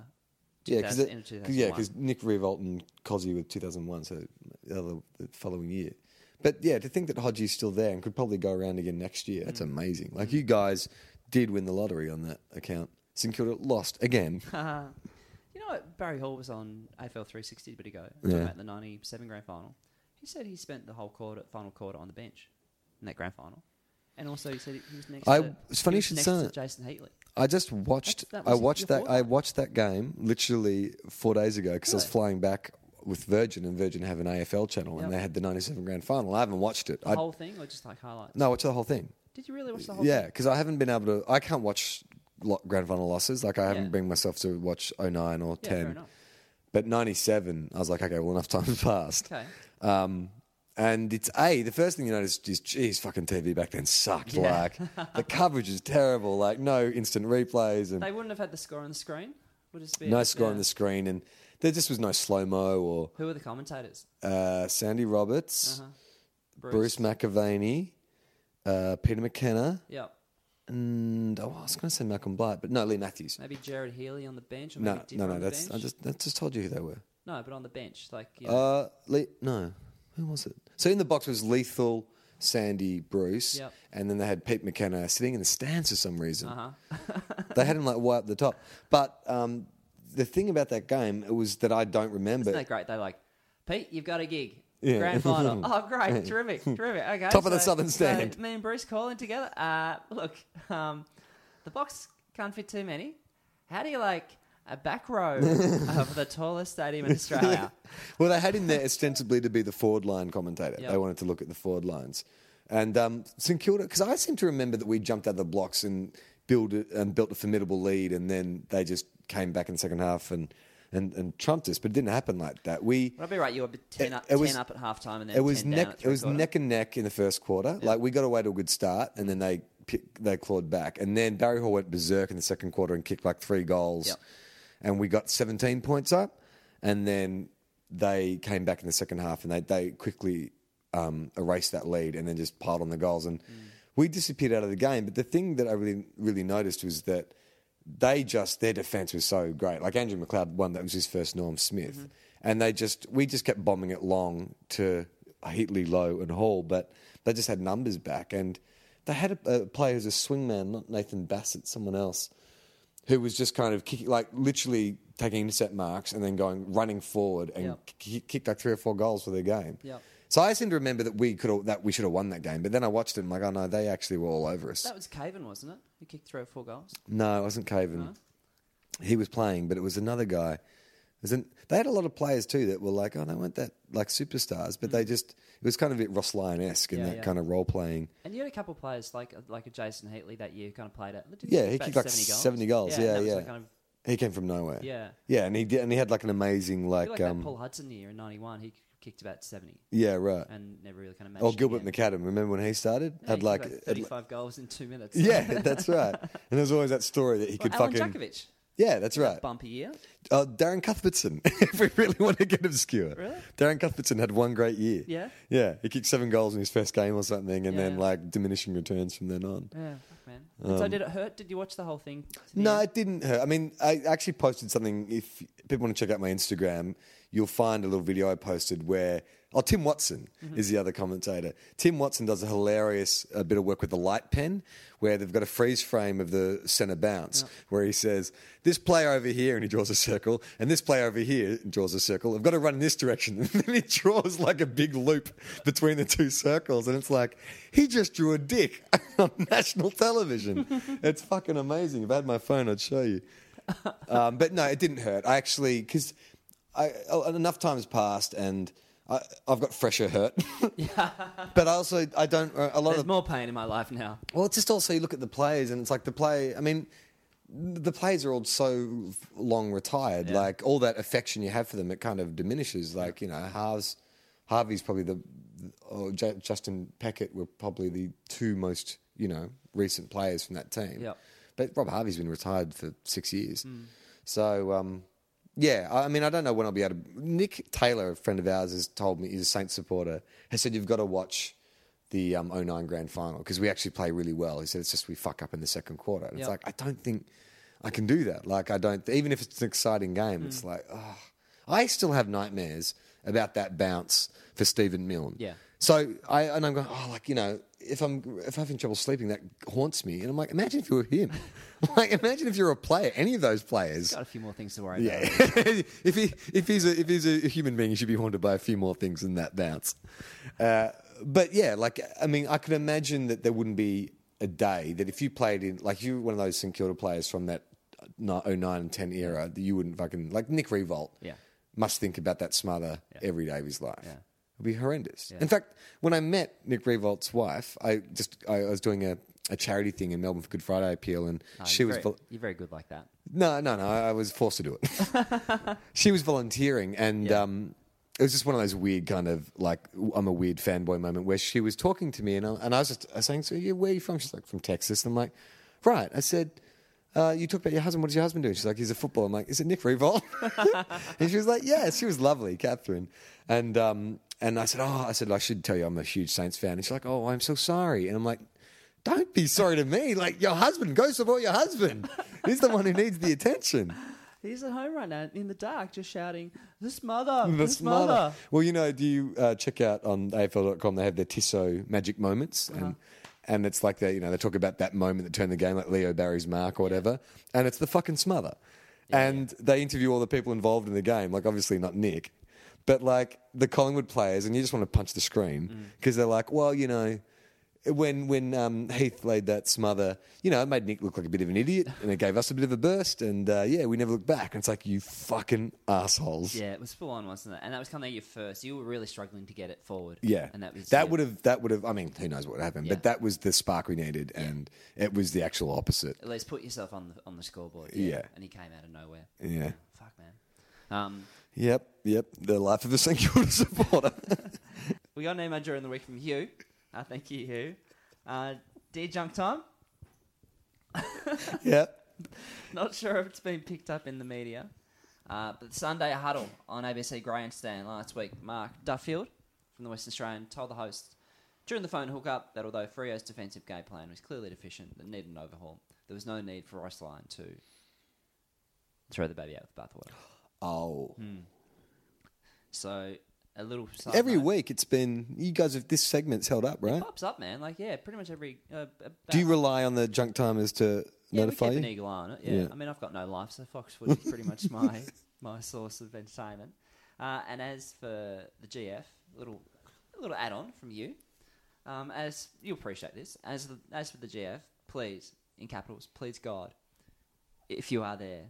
Speaker 2: Yeah, because
Speaker 1: 2000 and
Speaker 2: yeah,
Speaker 1: 2001.
Speaker 2: because Nick Revolt and Cosy were 2001, so the, other, the following year. But yeah, to think that Hodgie's still there and could probably go around again next year, that's amazing. Like you guys did win the lottery on that account. St Kilda lost again.
Speaker 1: you know what? Barry Hall was on AFL 360 a bit ago,
Speaker 2: Yeah.
Speaker 1: talking about the 97 grand final. He said he spent the whole quarter, final quarter on the bench in that grand final. And also, he said he was next.
Speaker 2: I-
Speaker 1: to,
Speaker 2: it's funny
Speaker 1: he was
Speaker 2: you should
Speaker 1: next
Speaker 2: say
Speaker 1: to
Speaker 2: that.
Speaker 1: Jason Heatley.
Speaker 2: I just watched.
Speaker 1: That's- that
Speaker 2: I
Speaker 1: was
Speaker 2: watched
Speaker 1: your
Speaker 2: that. I watched that game literally four days ago because I was
Speaker 1: Really?
Speaker 2: flying back with Virgin, and Virgin have an AFL channel, and
Speaker 1: Yep.
Speaker 2: they had the 97 grand final. I haven't watched it.
Speaker 1: The
Speaker 2: I,
Speaker 1: whole thing, or just like highlights?
Speaker 2: no, I watched the whole thing.
Speaker 1: Did you really watch the whole?
Speaker 2: Yeah,
Speaker 1: thing?
Speaker 2: because I haven't been able to. I can't watch lo- grand final losses. Like I haven't
Speaker 1: Yeah.
Speaker 2: bring myself to watch 09 or
Speaker 1: Yeah,
Speaker 2: 10.
Speaker 1: fair enough.
Speaker 2: But 97, I was like, okay, well, enough time passed.
Speaker 1: Okay.
Speaker 2: Um, and it's A, the first thing you notice is, geez, fucking TV back then sucked.
Speaker 1: Yeah.
Speaker 2: Like, the coverage is terrible. Like, no instant replays and
Speaker 1: They wouldn't have had the score on the screen. Would it be
Speaker 2: no score
Speaker 1: yeah.
Speaker 2: on the screen. And there just was no slow mo or
Speaker 1: Who are the commentators?
Speaker 2: uh, Sandy Roberts,
Speaker 1: Uh-huh.
Speaker 2: Bruce, McAvaney, uh, Peter McKenna,
Speaker 1: Yeah.
Speaker 2: and oh, I was going to say Malcolm Blight, but no, Lee Matthews.
Speaker 1: Maybe Jared Healy on the bench. Or maybe
Speaker 2: No,
Speaker 1: Dipper
Speaker 2: no,
Speaker 1: on
Speaker 2: no.
Speaker 1: the
Speaker 2: That's I
Speaker 1: bench?
Speaker 2: just that just told you who they were.
Speaker 1: no, but on the bench, like you know,
Speaker 2: Uh, Le- no, who was it? So in the box was Lethal, Sandy, Bruce,
Speaker 1: Yep. Uh-huh.
Speaker 2: and then they had Pete McKenna sitting in the stands for some reason. they had him like way up the top. But um, the thing about that game it was that I don't remember.
Speaker 1: Isn't that great? They're like, Pete, you've got a gig.
Speaker 2: Yeah.
Speaker 1: Grand final. Oh, great. Terrific. Terrific. Okay.
Speaker 2: Top of the Southern Stand.
Speaker 1: So me and Bruce calling together. Uh, look, um, the box can't fit too many. How do you like a back row of the tallest stadium in Australia?
Speaker 2: well, they had him there ostensibly to be the forward line commentator.
Speaker 1: Yep.
Speaker 2: They wanted to look at the forward lines. And um, St Kilda, because I seem to remember that we jumped out of the blocks and built a, and built a formidable lead, and then they just came back in the second half and, and, and trumped us. But it didn't happen like that. We
Speaker 1: Would I be right? You were 10,
Speaker 2: It-
Speaker 1: up,
Speaker 2: it was-
Speaker 1: 10 up at half time and then
Speaker 2: it was
Speaker 1: 10 down
Speaker 2: neck
Speaker 1: at
Speaker 2: it was
Speaker 1: three-quarter.
Speaker 2: neck and neck in the first quarter. Like we got away to a good start, and then they pi- they clawed back, and then Barry Hall went berserk in the second quarter and kicked like three goals,
Speaker 1: Yep.
Speaker 2: and we got seventeen points up, and then they came back in the second half, and they they quickly um, erase that lead and then just piled on the goals. And
Speaker 1: Mm.
Speaker 2: we disappeared out of the game. But the thing that I really really noticed was that they just their defense was so great. Like Andrew McLeod won that was his first Norm Smith,
Speaker 1: Mm-hmm.
Speaker 2: and they just we just kept bombing it long to Heatley, Low and Hall, but they just had numbers back and. They had a, a player who's a swingman, not Nathan Bassett, someone else, who was just kind of kicking, like literally taking intercept marks and then going running forward and
Speaker 1: Yep.
Speaker 2: ki- kicked like three or four goals for their game.
Speaker 1: Yep.
Speaker 2: So I seem to remember that we could have, that we should have won that game, but then I watched it and I'm like, oh no, they actually were all over us.
Speaker 1: That was Caven, wasn't it? He kicked three or four goals.
Speaker 2: No, it wasn't Caven. He was playing, but it was another guy. It was an, they had a lot of players too that were like, oh, they weren't that like superstars, but they just it was kind of a bit Ross Lyon esque in
Speaker 1: Mm. Yeah,
Speaker 2: that
Speaker 1: yeah.
Speaker 2: kind of role playing.
Speaker 1: And you had a couple of players like like a Jason Heatley that year who kind of played it. Did
Speaker 2: Yeah, he
Speaker 1: about
Speaker 2: kicked like seventy goals. Yeah, yeah.
Speaker 1: and that was the kind of-
Speaker 2: he came from nowhere.
Speaker 1: Yeah.
Speaker 2: yeah, and he did, and he had like an amazing
Speaker 1: I
Speaker 2: like,
Speaker 1: feel like
Speaker 2: um,
Speaker 1: that Paul Hudson year in '91, he kicked about seventy
Speaker 2: yeah, right.
Speaker 1: and never really kind of. matched it
Speaker 2: Or Oh, Gilbert
Speaker 1: again.
Speaker 2: McAdam. Remember when he started?
Speaker 1: Yeah, he
Speaker 2: had
Speaker 1: kicked
Speaker 2: like
Speaker 1: about
Speaker 2: had like-
Speaker 1: thirty-five goals in two minutes.
Speaker 2: Yeah, that's right. And there's always that story that he
Speaker 1: Well,
Speaker 2: could
Speaker 1: Alan
Speaker 2: fucking.
Speaker 1: Djokovic,
Speaker 2: Yeah, that's right.
Speaker 1: bumpy year.
Speaker 2: Uh, Darren Cuthbertson, if we really want to get obscure.
Speaker 1: Really?
Speaker 2: Darren Cuthbertson had one great year.
Speaker 1: Yeah?
Speaker 2: Yeah, he kicked seven goals in his first game or something and
Speaker 1: Yeah,
Speaker 2: then
Speaker 1: yeah.
Speaker 2: like diminishing returns from then on.
Speaker 1: Yeah, fuck, man. And so did it hurt? Did you watch the whole thing? to the
Speaker 2: Um, No,
Speaker 1: end?
Speaker 2: it didn't hurt. I mean, I actually posted something. If people want to check out my Instagram, you'll find a little video I posted where. Oh, Tim Watson
Speaker 1: Mm-hmm.
Speaker 2: is the other commentator. Tim Watson does a hilarious uh, bit of work with the light pen where they've got a freeze frame of the centre bounce where he says, This player over here, and he draws a circle, and this player over here draws a circle. I've got to run in this direction. And then he draws like a big loop between the two circles. And it's like, he just drew a dick on national television. it's fucking amazing. If I had my phone, I'd show you. Um, but no, it didn't hurt. I actually, because I, oh, and enough time's passed and I, I've got fresher hurt. but I also, I don't, a lot
Speaker 1: there's
Speaker 2: of
Speaker 1: more pain in my life now.
Speaker 2: well, it's just also you look at the players, and it's like the play. I mean, the players are all so f- long retired.
Speaker 1: Yeah.
Speaker 2: Like all that affection you have for them, it kind of diminishes. Like you know, Harv's, Harvey's probably the, or J- Justin Peckett were probably the two most you know recent players from that team.
Speaker 1: Yep.
Speaker 2: But Rob Harvey's been retired for six years, so. um yeah, I I mean, I don't know when I'll be able to. Nick Taylor, a friend of ours, has told me he's a Saints supporter. Has said you've got to watch the um, 09 grand final because we actually play really well. He said it's just we fuck up in the second quarter. And
Speaker 1: Yep.
Speaker 2: it's like, I don't think I can do that. Like, I don't, even if it's an exciting game, it's like, oh. I still have nightmares about that bounce for Stephen Milne.
Speaker 1: Yeah.
Speaker 2: So I, and I'm going, oh, like, you know, if I'm, if I'm having trouble sleeping, that haunts me. And I'm like, imagine if you were him. like, imagine if you're a player, any of those players.
Speaker 1: Got a few more things to worry about.
Speaker 2: Yeah, if he if he's a if he's a human being, he should be haunted by a few more things than that bounce. Uh, but yeah, like I mean, I can imagine that there wouldn't be a day that if you played in like you were one of those St Kilda players from that ni- 09 and ten era that you wouldn't fucking like Nick Revolt.
Speaker 1: Yeah.
Speaker 2: must think about that smother every day of his life.
Speaker 1: Yeah.
Speaker 2: It'd be horrendous. In fact, when I met Nick Revolt's wife, I just I, I was doing a, a charity thing in Melbourne for Good Friday Appeal, and
Speaker 1: Oh,
Speaker 2: she
Speaker 1: you're
Speaker 2: was.
Speaker 1: very-
Speaker 2: vol-
Speaker 1: you're very good like that.
Speaker 2: no, no, no. I I was forced to do it. she was volunteering, and um, it was just one of those weird kind of like I'm a weird fanboy moment where she was talking to me, and I, and I was just I was saying, "So, yeah, where are you from?" She's like, "From Texas." And I'm like, "Right." I said. Uh, you talk about your husband. What does your husband do? She's like, he's a footballer. I'm like, is it Nick Revolt? and she was like, yeah. She was lovely, Catherine. And um, and I said, oh, I said I should tell you I'm a huge Saints fan. And she's like, oh, I'm so sorry. And I'm like, don't be sorry to me. Like your husband, go support your husband. He's the one who needs the attention.
Speaker 1: He's at home right now in the dark, just shouting, "This mother,
Speaker 2: The
Speaker 1: this
Speaker 2: smarter.
Speaker 1: mother."
Speaker 2: Well, you know, do you uh, check out on AFL.com? They have their Tissot magic moments, and and it's like they, you know, they talk about that moment that turned the game, like Leo Barry's mark or whatever, and it's the fucking smother. and they interview all the people involved in the game, like obviously not Nick, but like the Collingwood players, and you just want to punch the screen because they're like, well, you know. When when um, Heath laid that smother, you know, it made Nick look like a bit of an idiot, and it gave us a bit of a burst, and uh, yeah, we never looked back. And it's like you fucking assholes.
Speaker 1: Yeah, it was full on, wasn't it? And that was kind of your first. You were really struggling to get it forward.
Speaker 2: Yeah,
Speaker 1: and that was yeah.
Speaker 2: would have that would have. I mean, who knows what would happen?
Speaker 1: Yeah.
Speaker 2: But that was the spark we needed, and it was the actual opposite.
Speaker 1: At least put yourself on the on the scoreboard.
Speaker 2: Yeah.
Speaker 1: and he came out of nowhere.
Speaker 2: Yeah.
Speaker 1: Fuck, man. Um,
Speaker 2: Yep, yep. The life of a St Kilda supporter.
Speaker 1: we got an email during the week from Hugh. Uh, thank you, Hugh. Uh, dear junk time,
Speaker 2: yep.
Speaker 1: Not sure if it's been picked up in the media. Uh, but Sunday huddle on ABC Grandstand last week. Mark Duffield from from the Western Australian told the host during the phone hookup that although Frio's defensive game plan was clearly deficient and needed an overhaul, there was no need for Rostline to throw the baby out with the bathwater.
Speaker 2: Oh.
Speaker 1: Hmm. So a little side
Speaker 2: Every
Speaker 1: note.
Speaker 2: week it's been, you guys have, this segment's held up, right?
Speaker 1: pops up, man. Like yeah, pretty much every. Uh, about-
Speaker 2: Do you rely on the junk timers to
Speaker 1: yeah,
Speaker 2: notify
Speaker 1: we keep an
Speaker 2: you?
Speaker 1: eagle eye on it. Yeah.
Speaker 2: Yeah.
Speaker 1: I mean, I've got no life, so Fox Footy is pretty much my my source of entertainment. Uh, and as for the GF, little little add on from you, um, as you'll appreciate this. As the, as for the GF, please in capitals, please God, if you are there,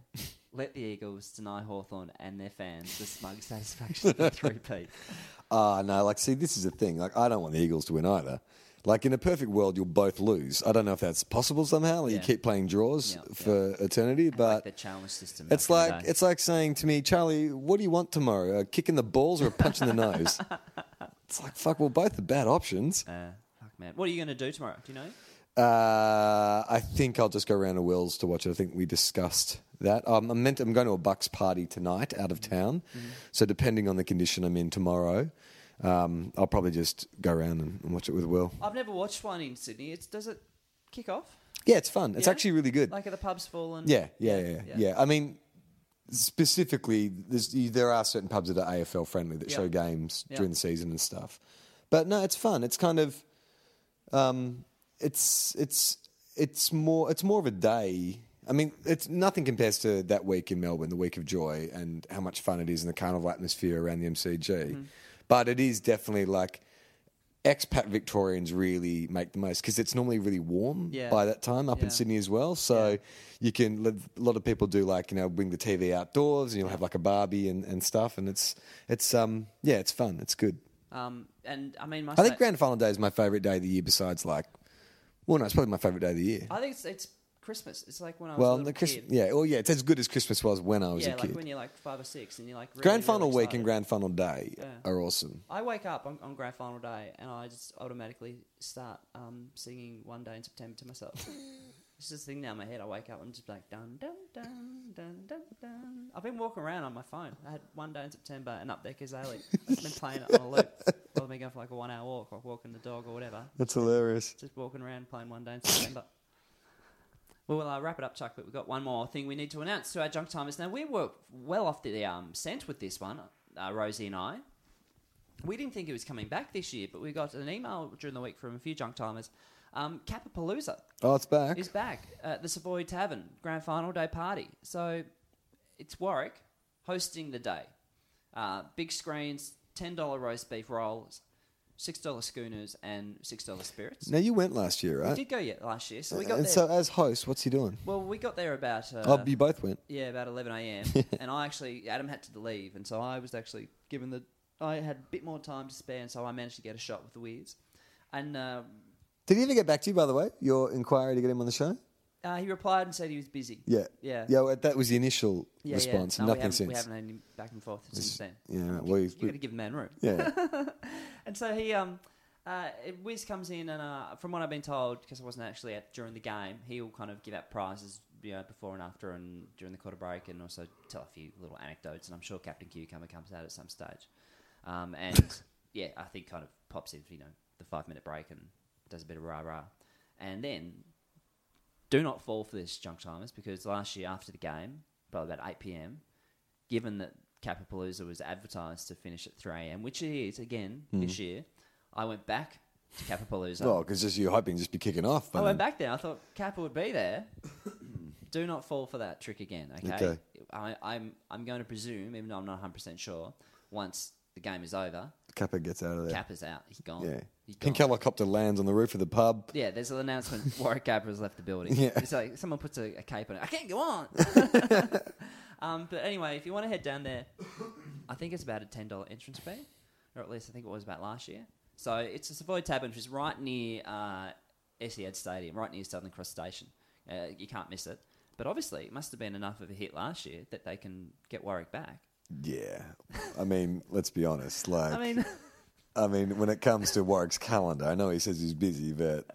Speaker 1: let the Eagles deny Hawthorn and their fans the smug satisfaction of a three-peat.
Speaker 2: Ah, no, like, see, this is the thing. Like, I don't want the Eagles to win either. Like, in a perfect world, you'll both lose. I don't know if that's possible somehow. Like,
Speaker 1: Yeah.
Speaker 2: You keep playing draws
Speaker 1: Yeah,
Speaker 2: for eternity,
Speaker 1: Like
Speaker 2: but
Speaker 1: the challenge system.
Speaker 2: it's
Speaker 1: back in the
Speaker 2: like
Speaker 1: day.
Speaker 2: it's like saying to me, Charlie, what do you want tomorrow? A kick in the balls or a punch in the nose? It's like, fuck, well, both are bad options.
Speaker 1: Uh, fuck, man. What are you going to do tomorrow? Do you know?
Speaker 2: Uh, I think I'll just go round to Will's to watch it. I think we discussed that. Um, I meant I'm going to a Bucks party tonight out of town, so depending on the condition I'm in tomorrow, um, I'll probably just go around and, and watch it with Will.
Speaker 1: I've never watched one in Sydney. It's, does it kick off?
Speaker 2: Yeah, it's fun. It's
Speaker 1: Yeah?
Speaker 2: actually really good.
Speaker 1: Like are the pubs full and
Speaker 2: yeah, yeah, yeah, yeah, I mean, specifically, there's, you- there are certain pubs that are AFL friendly that
Speaker 1: Yeah.
Speaker 2: show games
Speaker 1: Yeah.
Speaker 2: during the season and stuff. But no, it's fun. It's kind of, um, it's it's it's more it's more of a day. I mean, it's nothing compares to that week in Melbourne, the week of joy, and how much fun it is in the carnival atmosphere around the MCG.
Speaker 1: Mm-hmm.
Speaker 2: But it is definitely like expat Victorians really make the most because it's normally really warm
Speaker 1: Yeah.
Speaker 2: by that time up
Speaker 1: Yeah.
Speaker 2: in Sydney as well. So
Speaker 1: Yeah.
Speaker 2: you can a lot of people do like you know bring the TV outdoors and you'll have like a barbie and, and stuff, and it's it's um yeah, it's fun. It's good.
Speaker 1: Um, and I mean, my
Speaker 2: I think
Speaker 1: sta-
Speaker 2: grand final day is my favorite day of the year. Besides, like, well, no, it's probably my favorite day of the year.
Speaker 1: I think it's, it's Christmas. It's like when I was a
Speaker 2: well,
Speaker 1: little
Speaker 2: the Christmas,
Speaker 1: kid.
Speaker 2: yeah, oh yeah, it's as good as Christmas was when I was
Speaker 1: yeah,
Speaker 2: a
Speaker 1: like
Speaker 2: kid.
Speaker 1: when you're like five or six and you're like really,
Speaker 2: grand
Speaker 1: really
Speaker 2: final week
Speaker 1: excited.
Speaker 2: and grand final day
Speaker 1: Yeah.
Speaker 2: are awesome.
Speaker 1: I wake up on, on grand final day and I just automatically start um, singing "One Day in September" to myself. it's just a thing now in my head. I wake up and I'm just like dun dun dun dun dun dun. I've been walking around on my phone. I had "One Day in September" and up there Kazali. I've been playing it on a loop. I've been going for like a one-hour walk, or walking the dog, or whatever.
Speaker 2: That's hilarious.
Speaker 1: Just walking around playing one day in September. well, I'll wrap it up, Chuck, but we've got one more thing we need to announce to our junk timers. Now, we were well off the um, scent with this one, uh, Rosie and I. We didn't think it was coming back this year, but we got an email during the week from a few junk timers. Um, Capapalooza
Speaker 2: Oh, it's back.
Speaker 1: is back at the Savoy Tavern Grand Final Day Party. So it's Warwick hosting the day. Uh, big screens, ten dollar roast beef rolls, six dollar schooners, and six dollar spirits.
Speaker 2: now you went last year,
Speaker 1: We
Speaker 2: right?
Speaker 1: did go yet last year, so we got
Speaker 2: Uh, and
Speaker 1: there.
Speaker 2: so uh, as host, what's he doing?
Speaker 1: well, we got there about uh,
Speaker 2: oh, you both went.
Speaker 1: yeah, about eleven a.m. and I actually Adam had to leave, and so I was actually given the I had a bit more time to spare, and so I managed to get a shot with the Weirds, and uh,
Speaker 2: Did he ever get back to you, by the way? Your inquiry to get him on the show?
Speaker 1: uh, he replied and said he was busy.
Speaker 2: Yeah.
Speaker 1: yeah,
Speaker 2: Yeah, well, that was the initial
Speaker 1: Yeah,
Speaker 2: response.
Speaker 1: Yeah. No, we
Speaker 2: Nothing
Speaker 1: haven't-
Speaker 2: since.
Speaker 1: We haven't had any back and forth since then.
Speaker 2: yeah, right, well,
Speaker 1: You got to give the man room.
Speaker 2: yeah.
Speaker 1: And so he, um, uh, Wiz comes in, and uh, from what I've been told, because I wasn't actually at during the game, he'll kind of give out prizes, you know, before and after, and during the quarter break, and also tell a few little anecdotes. And I'm sure Captain Cucumber comes out at some stage. Um, and yeah, I think kind of pops in, you know, the five minute break and does a bit of rah rah, and then do not fall for this junk timers because last year after the game, probably about 8 p.m., given that Capapalooza was advertised to finish at 3 a.m., which it is again this year, I went back to Capapalooza.
Speaker 2: Hmm. Well, because just you hoping just be kicking off.
Speaker 1: I
Speaker 2: but
Speaker 1: went back there. I thought Kappa would be there. Do not fall for that trick again, okay?
Speaker 2: Okay.
Speaker 1: I, I'm, I'm going to presume, even though I'm not 100% sure, once the game is over,
Speaker 2: Kappa gets out of there.
Speaker 1: Kappa's out. He's gone.
Speaker 2: yeah.
Speaker 1: He's gone.
Speaker 2: Pink helicopter lands on the roof of the pub.
Speaker 1: Yeah, there's an announcement. Warwick Gabber has left the building.
Speaker 2: Yeah.
Speaker 1: It's like someone puts a, a cape on it. I can't go on. um, but anyway, if you want to head down there, I think it's about a ten dollar entrance fee, or at least I think it was about last year. So it's a Savoy Tavern, which is right near uh, SEAD Stadium, right near Southern Cross Station. Uh, you can't miss it. But obviously, it must have been enough of a hit last year that they can get Warwick back.
Speaker 2: Yeah. I mean, let's be honest. Like,
Speaker 1: I mean,
Speaker 2: when it comes to Warwick's calendar, I know he says he's busy, but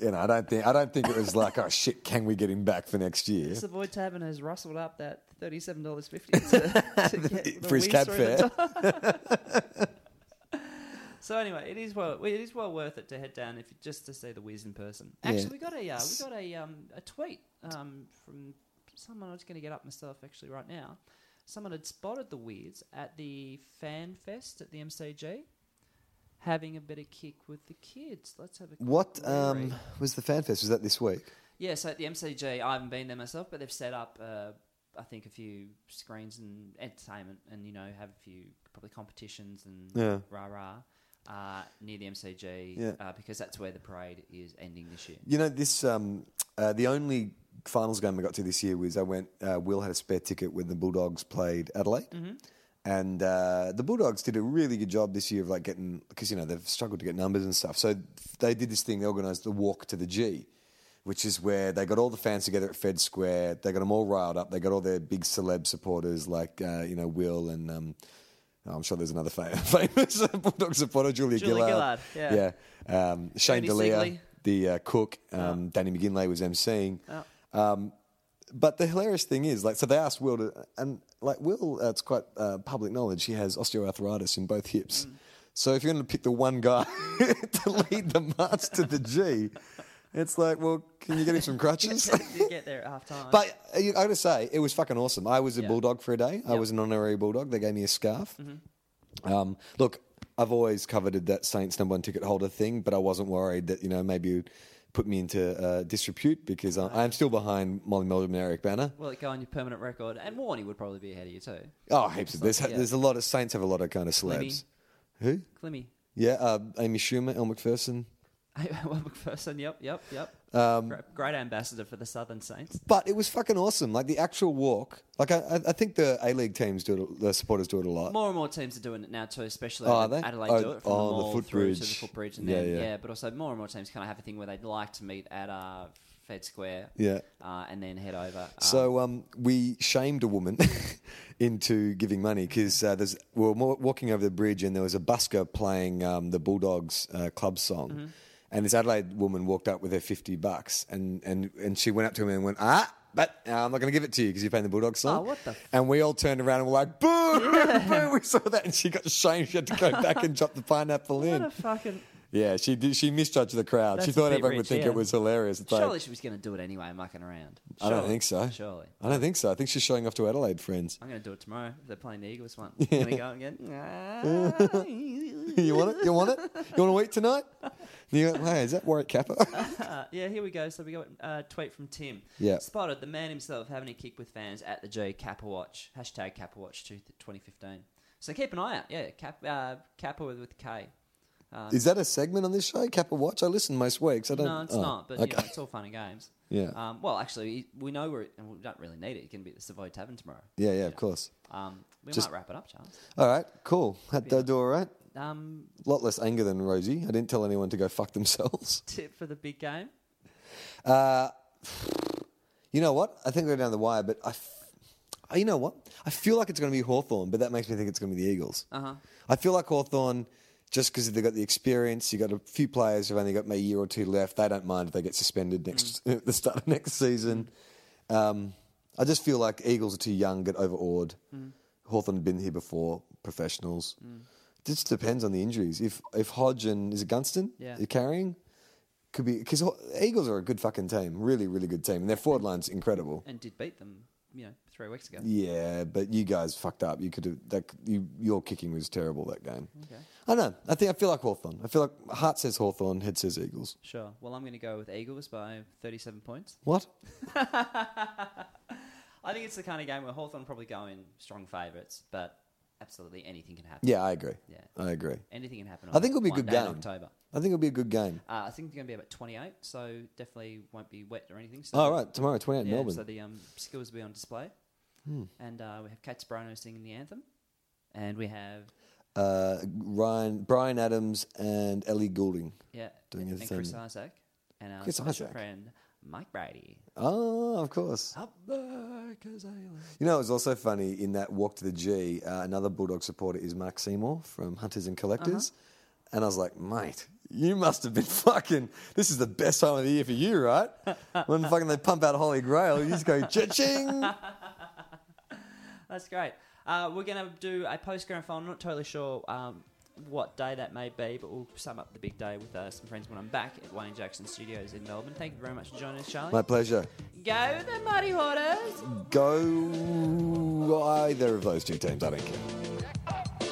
Speaker 2: you know, I don't think I don't think it was like, oh shit, can we get him back for next year?
Speaker 1: Savoy Tavern has rustled up that thirty-seven dollars fifty to, to get the
Speaker 2: For his
Speaker 1: wheeze
Speaker 2: cab
Speaker 1: through the
Speaker 2: fare.
Speaker 1: door. So anyway, it is well it is well worth it to head down if you, just to see the whiz in person.
Speaker 2: Yeah.
Speaker 1: Actually, we got a uh, we got a um, a tweet um, from someone. I'm just going to get up myself actually right now. Someone had spotted the whiz at the fan fest at the MCG, having a bit of kick with the kids. Let's have a quick
Speaker 2: What
Speaker 1: read.
Speaker 2: um, was the fan fest? Was that this week?
Speaker 1: Yeah, so at the MCG, I haven't been there myself, but they've set up, uh, I think, a few screens and entertainment, and you know, have a few probably competitions and
Speaker 2: Yeah.
Speaker 1: rah rah uh, near the MCG
Speaker 2: Yeah.
Speaker 1: uh, because that's where the parade is ending this year.
Speaker 2: You know, this um, uh, the only finals game I got to this year was I went. Uh, Will had a spare ticket when the Bulldogs played Adelaide,
Speaker 1: Mm-hmm.
Speaker 2: and uh, the Bulldogs did a really good job this year of like getting because you know they've struggled to get numbers and stuff. So they did this thing. They organised the walk to the G. Which is where they got all the fans together at Fed Square. They got them all riled up. They got all their big celeb supporters like uh, you know Will and um, oh, I'm sure there's another fa- famous Bulldog supporter, Julia,
Speaker 1: Julia Gillard, yeah.
Speaker 2: yeah. Um, Shane
Speaker 1: Ernie
Speaker 2: D'Elia,
Speaker 1: Sigley.
Speaker 2: the uh, cook, um, Danny McGinley was emceeing.
Speaker 1: Oh.
Speaker 2: Um, but the hilarious thing is, like, so they asked Will to, and like Will, uh, it's quite uh, public knowledge. He has osteoarthritis in both hips.
Speaker 1: Mm.
Speaker 2: So if you're going to pick the one guy to lead the march to the G, it's like, well, can you get him some crutches?
Speaker 1: you get there at half time.
Speaker 2: But uh, you- I gotta say, it was fucking awesome. I was a
Speaker 1: Yeah. Mm-hmm.
Speaker 2: bulldog for a day. I was an honorary bulldog. They gave me a scarf. Um, look, I've always coveted that Saints number one ticket holder thing, but I wasn't worried that you know maybe you'd put me into uh, disrepute because I, I'm still behind Molly Meldrum and Eric Banner.
Speaker 1: Will it go on your permanent record? And Warney would probably be ahead of you too.
Speaker 2: Oh, heaps of there's
Speaker 1: Yeah.
Speaker 2: there's a lot of Saints have a lot of kind of
Speaker 1: Libby.
Speaker 2: celebs. Who?
Speaker 1: Clemmy.
Speaker 2: Yeah, uh, Amy Schumer, El McPherson.
Speaker 1: Will McPherson, yep, yep, yep. Um, great, great ambassador for the Southern Saints.
Speaker 2: But it was fucking awesome. Like the actual walk. Like I, I- I think the A League teams do it. The supporters do it a lot.
Speaker 1: More and more teams are doing it now too, especially
Speaker 2: Oh, are
Speaker 1: Adelaide-
Speaker 2: they?
Speaker 1: Adelaide
Speaker 2: Oh,
Speaker 1: do it from
Speaker 2: oh,
Speaker 1: the
Speaker 2: the
Speaker 1: mall through to the
Speaker 2: footbridge.
Speaker 1: footbridge, and
Speaker 2: Yeah,
Speaker 1: then yeah.
Speaker 2: yeah.
Speaker 1: but also more and more teams kind of have a thing where they'd like to meet at uh, Fed Square,
Speaker 2: Yeah.
Speaker 1: uh, and then head over. Uh,
Speaker 2: So um, we shamed a woman into giving money because uh, there's we were mo- walking over the bridge and there was a busker playing um, the Bulldogs uh, club song,
Speaker 1: Mm-hmm.
Speaker 2: and this Adelaide woman walked up with her fifty bucks and and and she went up to him and went ah. But uh, I'm not going to give it to you because you're playing the Bulldogs song.
Speaker 1: Oh, what the f-
Speaker 2: and we all turned around and were like, boo, boo. We saw that and she got shamed. She had to go back and drop the pineapple
Speaker 1: what
Speaker 2: in.
Speaker 1: a fucking!
Speaker 2: yeah, she did, she misjudged the crowd.
Speaker 1: That's
Speaker 2: she
Speaker 1: a
Speaker 2: thought
Speaker 1: bit
Speaker 2: everyone would
Speaker 1: rich,
Speaker 2: think
Speaker 1: yeah.
Speaker 2: it was hilarious. It's like-
Speaker 1: Surely she was going to do it anyway, mucking around.
Speaker 2: I don't
Speaker 1: Surely.
Speaker 2: think so.
Speaker 1: Surely.
Speaker 2: I don't think so. I think she's showing off to Adelaide friends.
Speaker 1: I'm going to do it tomorrow. They're playing the Eagles one. I'm going to go Ah, again.
Speaker 2: you want it? You want it? You want to eat tonight? You go, hey, is that Warwick Kappa?
Speaker 1: Uh, yeah, here we go. So we got a tweet from Tim.
Speaker 2: Yeah.
Speaker 1: Spotted the man himself having a kick with fans at the G Kappa Watch. Hashtag Kappa Watch 2015. So keep an eye out. Yeah, Cap, uh, Kappa with, with K.
Speaker 2: is that a segment on this show? Kappa Watch? I listen most weeks. I don't.
Speaker 1: No, it's
Speaker 2: oh,
Speaker 1: not, but you
Speaker 2: okay.
Speaker 1: know, it's all fun and games.
Speaker 2: Yeah.
Speaker 1: Um, well, actually, we know we're, and we don't really need it. It can be at the Savoy Tavern tomorrow.
Speaker 2: yeah, yeah, of course.
Speaker 1: Um, we
Speaker 2: Just-
Speaker 1: might wrap it up, Charles.
Speaker 2: All right, cool. Had that do all right.
Speaker 1: Um,
Speaker 2: A lot less anger than Rosie. I didn't tell anyone to go fuck themselves.
Speaker 1: tip for the big game.
Speaker 2: You know what? I think we're down the wire, but I. F- oh, you know what? I feel like it's going to be Hawthorn, but that makes me think it's going to be the Eagles. Uh-huh. I feel like Hawthorn, just because they've got the experience, you've got a few players who've only got maybe a year or two left. They don't mind if they get suspended next at the start of next season. Um, I just feel like Eagles are too young, get overawed. Hawthorn have been here before, professionals. Just depends on the injuries. If if Hodge and is it Gunston?
Speaker 1: Yeah.
Speaker 2: You're carrying? Could be because Eagles are a good fucking team, really, really good team, and their forward line's incredible.
Speaker 1: And did beat them, you know, three weeks ago.
Speaker 2: Yeah, but you guys fucked up. You could have that. You, your kicking was terrible that game.
Speaker 1: Okay.
Speaker 2: I know. I think I feel like Hawthorn. I feel like heart says Hawthorn, head says Eagles.
Speaker 1: Sure. Well, I'm going to go with Eagles by 37 points.
Speaker 2: What?
Speaker 1: I think it's the kind of game where Hawthorn probably go in strong favourites, but absolutely anything can happen.
Speaker 2: Yeah, I agree.
Speaker 1: Yeah.
Speaker 2: I agree.
Speaker 1: Anything can happen.
Speaker 2: I think it'll be a
Speaker 1: one
Speaker 2: good
Speaker 1: day in
Speaker 2: game.
Speaker 1: October.
Speaker 2: I think it'll be a good game.
Speaker 1: Uh, I think it's going to be about 28, so definitely won't be wet or anything. So
Speaker 2: All Oh, right, tomorrow, twenty eight,
Speaker 1: yeah,
Speaker 2: Melbourne. Hmm.
Speaker 1: So the um, skills will be on display. And uh, we have Kat Sobrano singing the anthem. And we have,
Speaker 2: uh, Ryan, Brian Adams, and Ellie Goulding.
Speaker 1: yeah,
Speaker 2: Doing
Speaker 1: and,
Speaker 2: his
Speaker 1: and Chris
Speaker 2: thing.
Speaker 1: Isaac. And our
Speaker 2: Chris
Speaker 1: special
Speaker 2: Isaac.
Speaker 1: friend, Mike Brady.
Speaker 2: Oh, of course.
Speaker 1: Up there, 'cause I love-
Speaker 2: You know, it was also funny in that walk to the G. Uh, another Bulldog supporter is Mark Seymour from Hunters and Collectors, and I was like, mate, you must have been fucking. This is the best time of the year for you, right? when fucking they pump out Holy Grail, you just go cha-ching.
Speaker 1: That's great. Uh, we're going to do a post grand final. I'm not totally sure um, what day that may be, but we'll sum up the big day with uh, some friends when I'm back at Wayne Jackson Studios in Melbourne. Thank you very much for joining us, Charlie.
Speaker 2: My pleasure.
Speaker 1: Go the Muddy Hornets!
Speaker 2: Go either of those two teams. I don't care.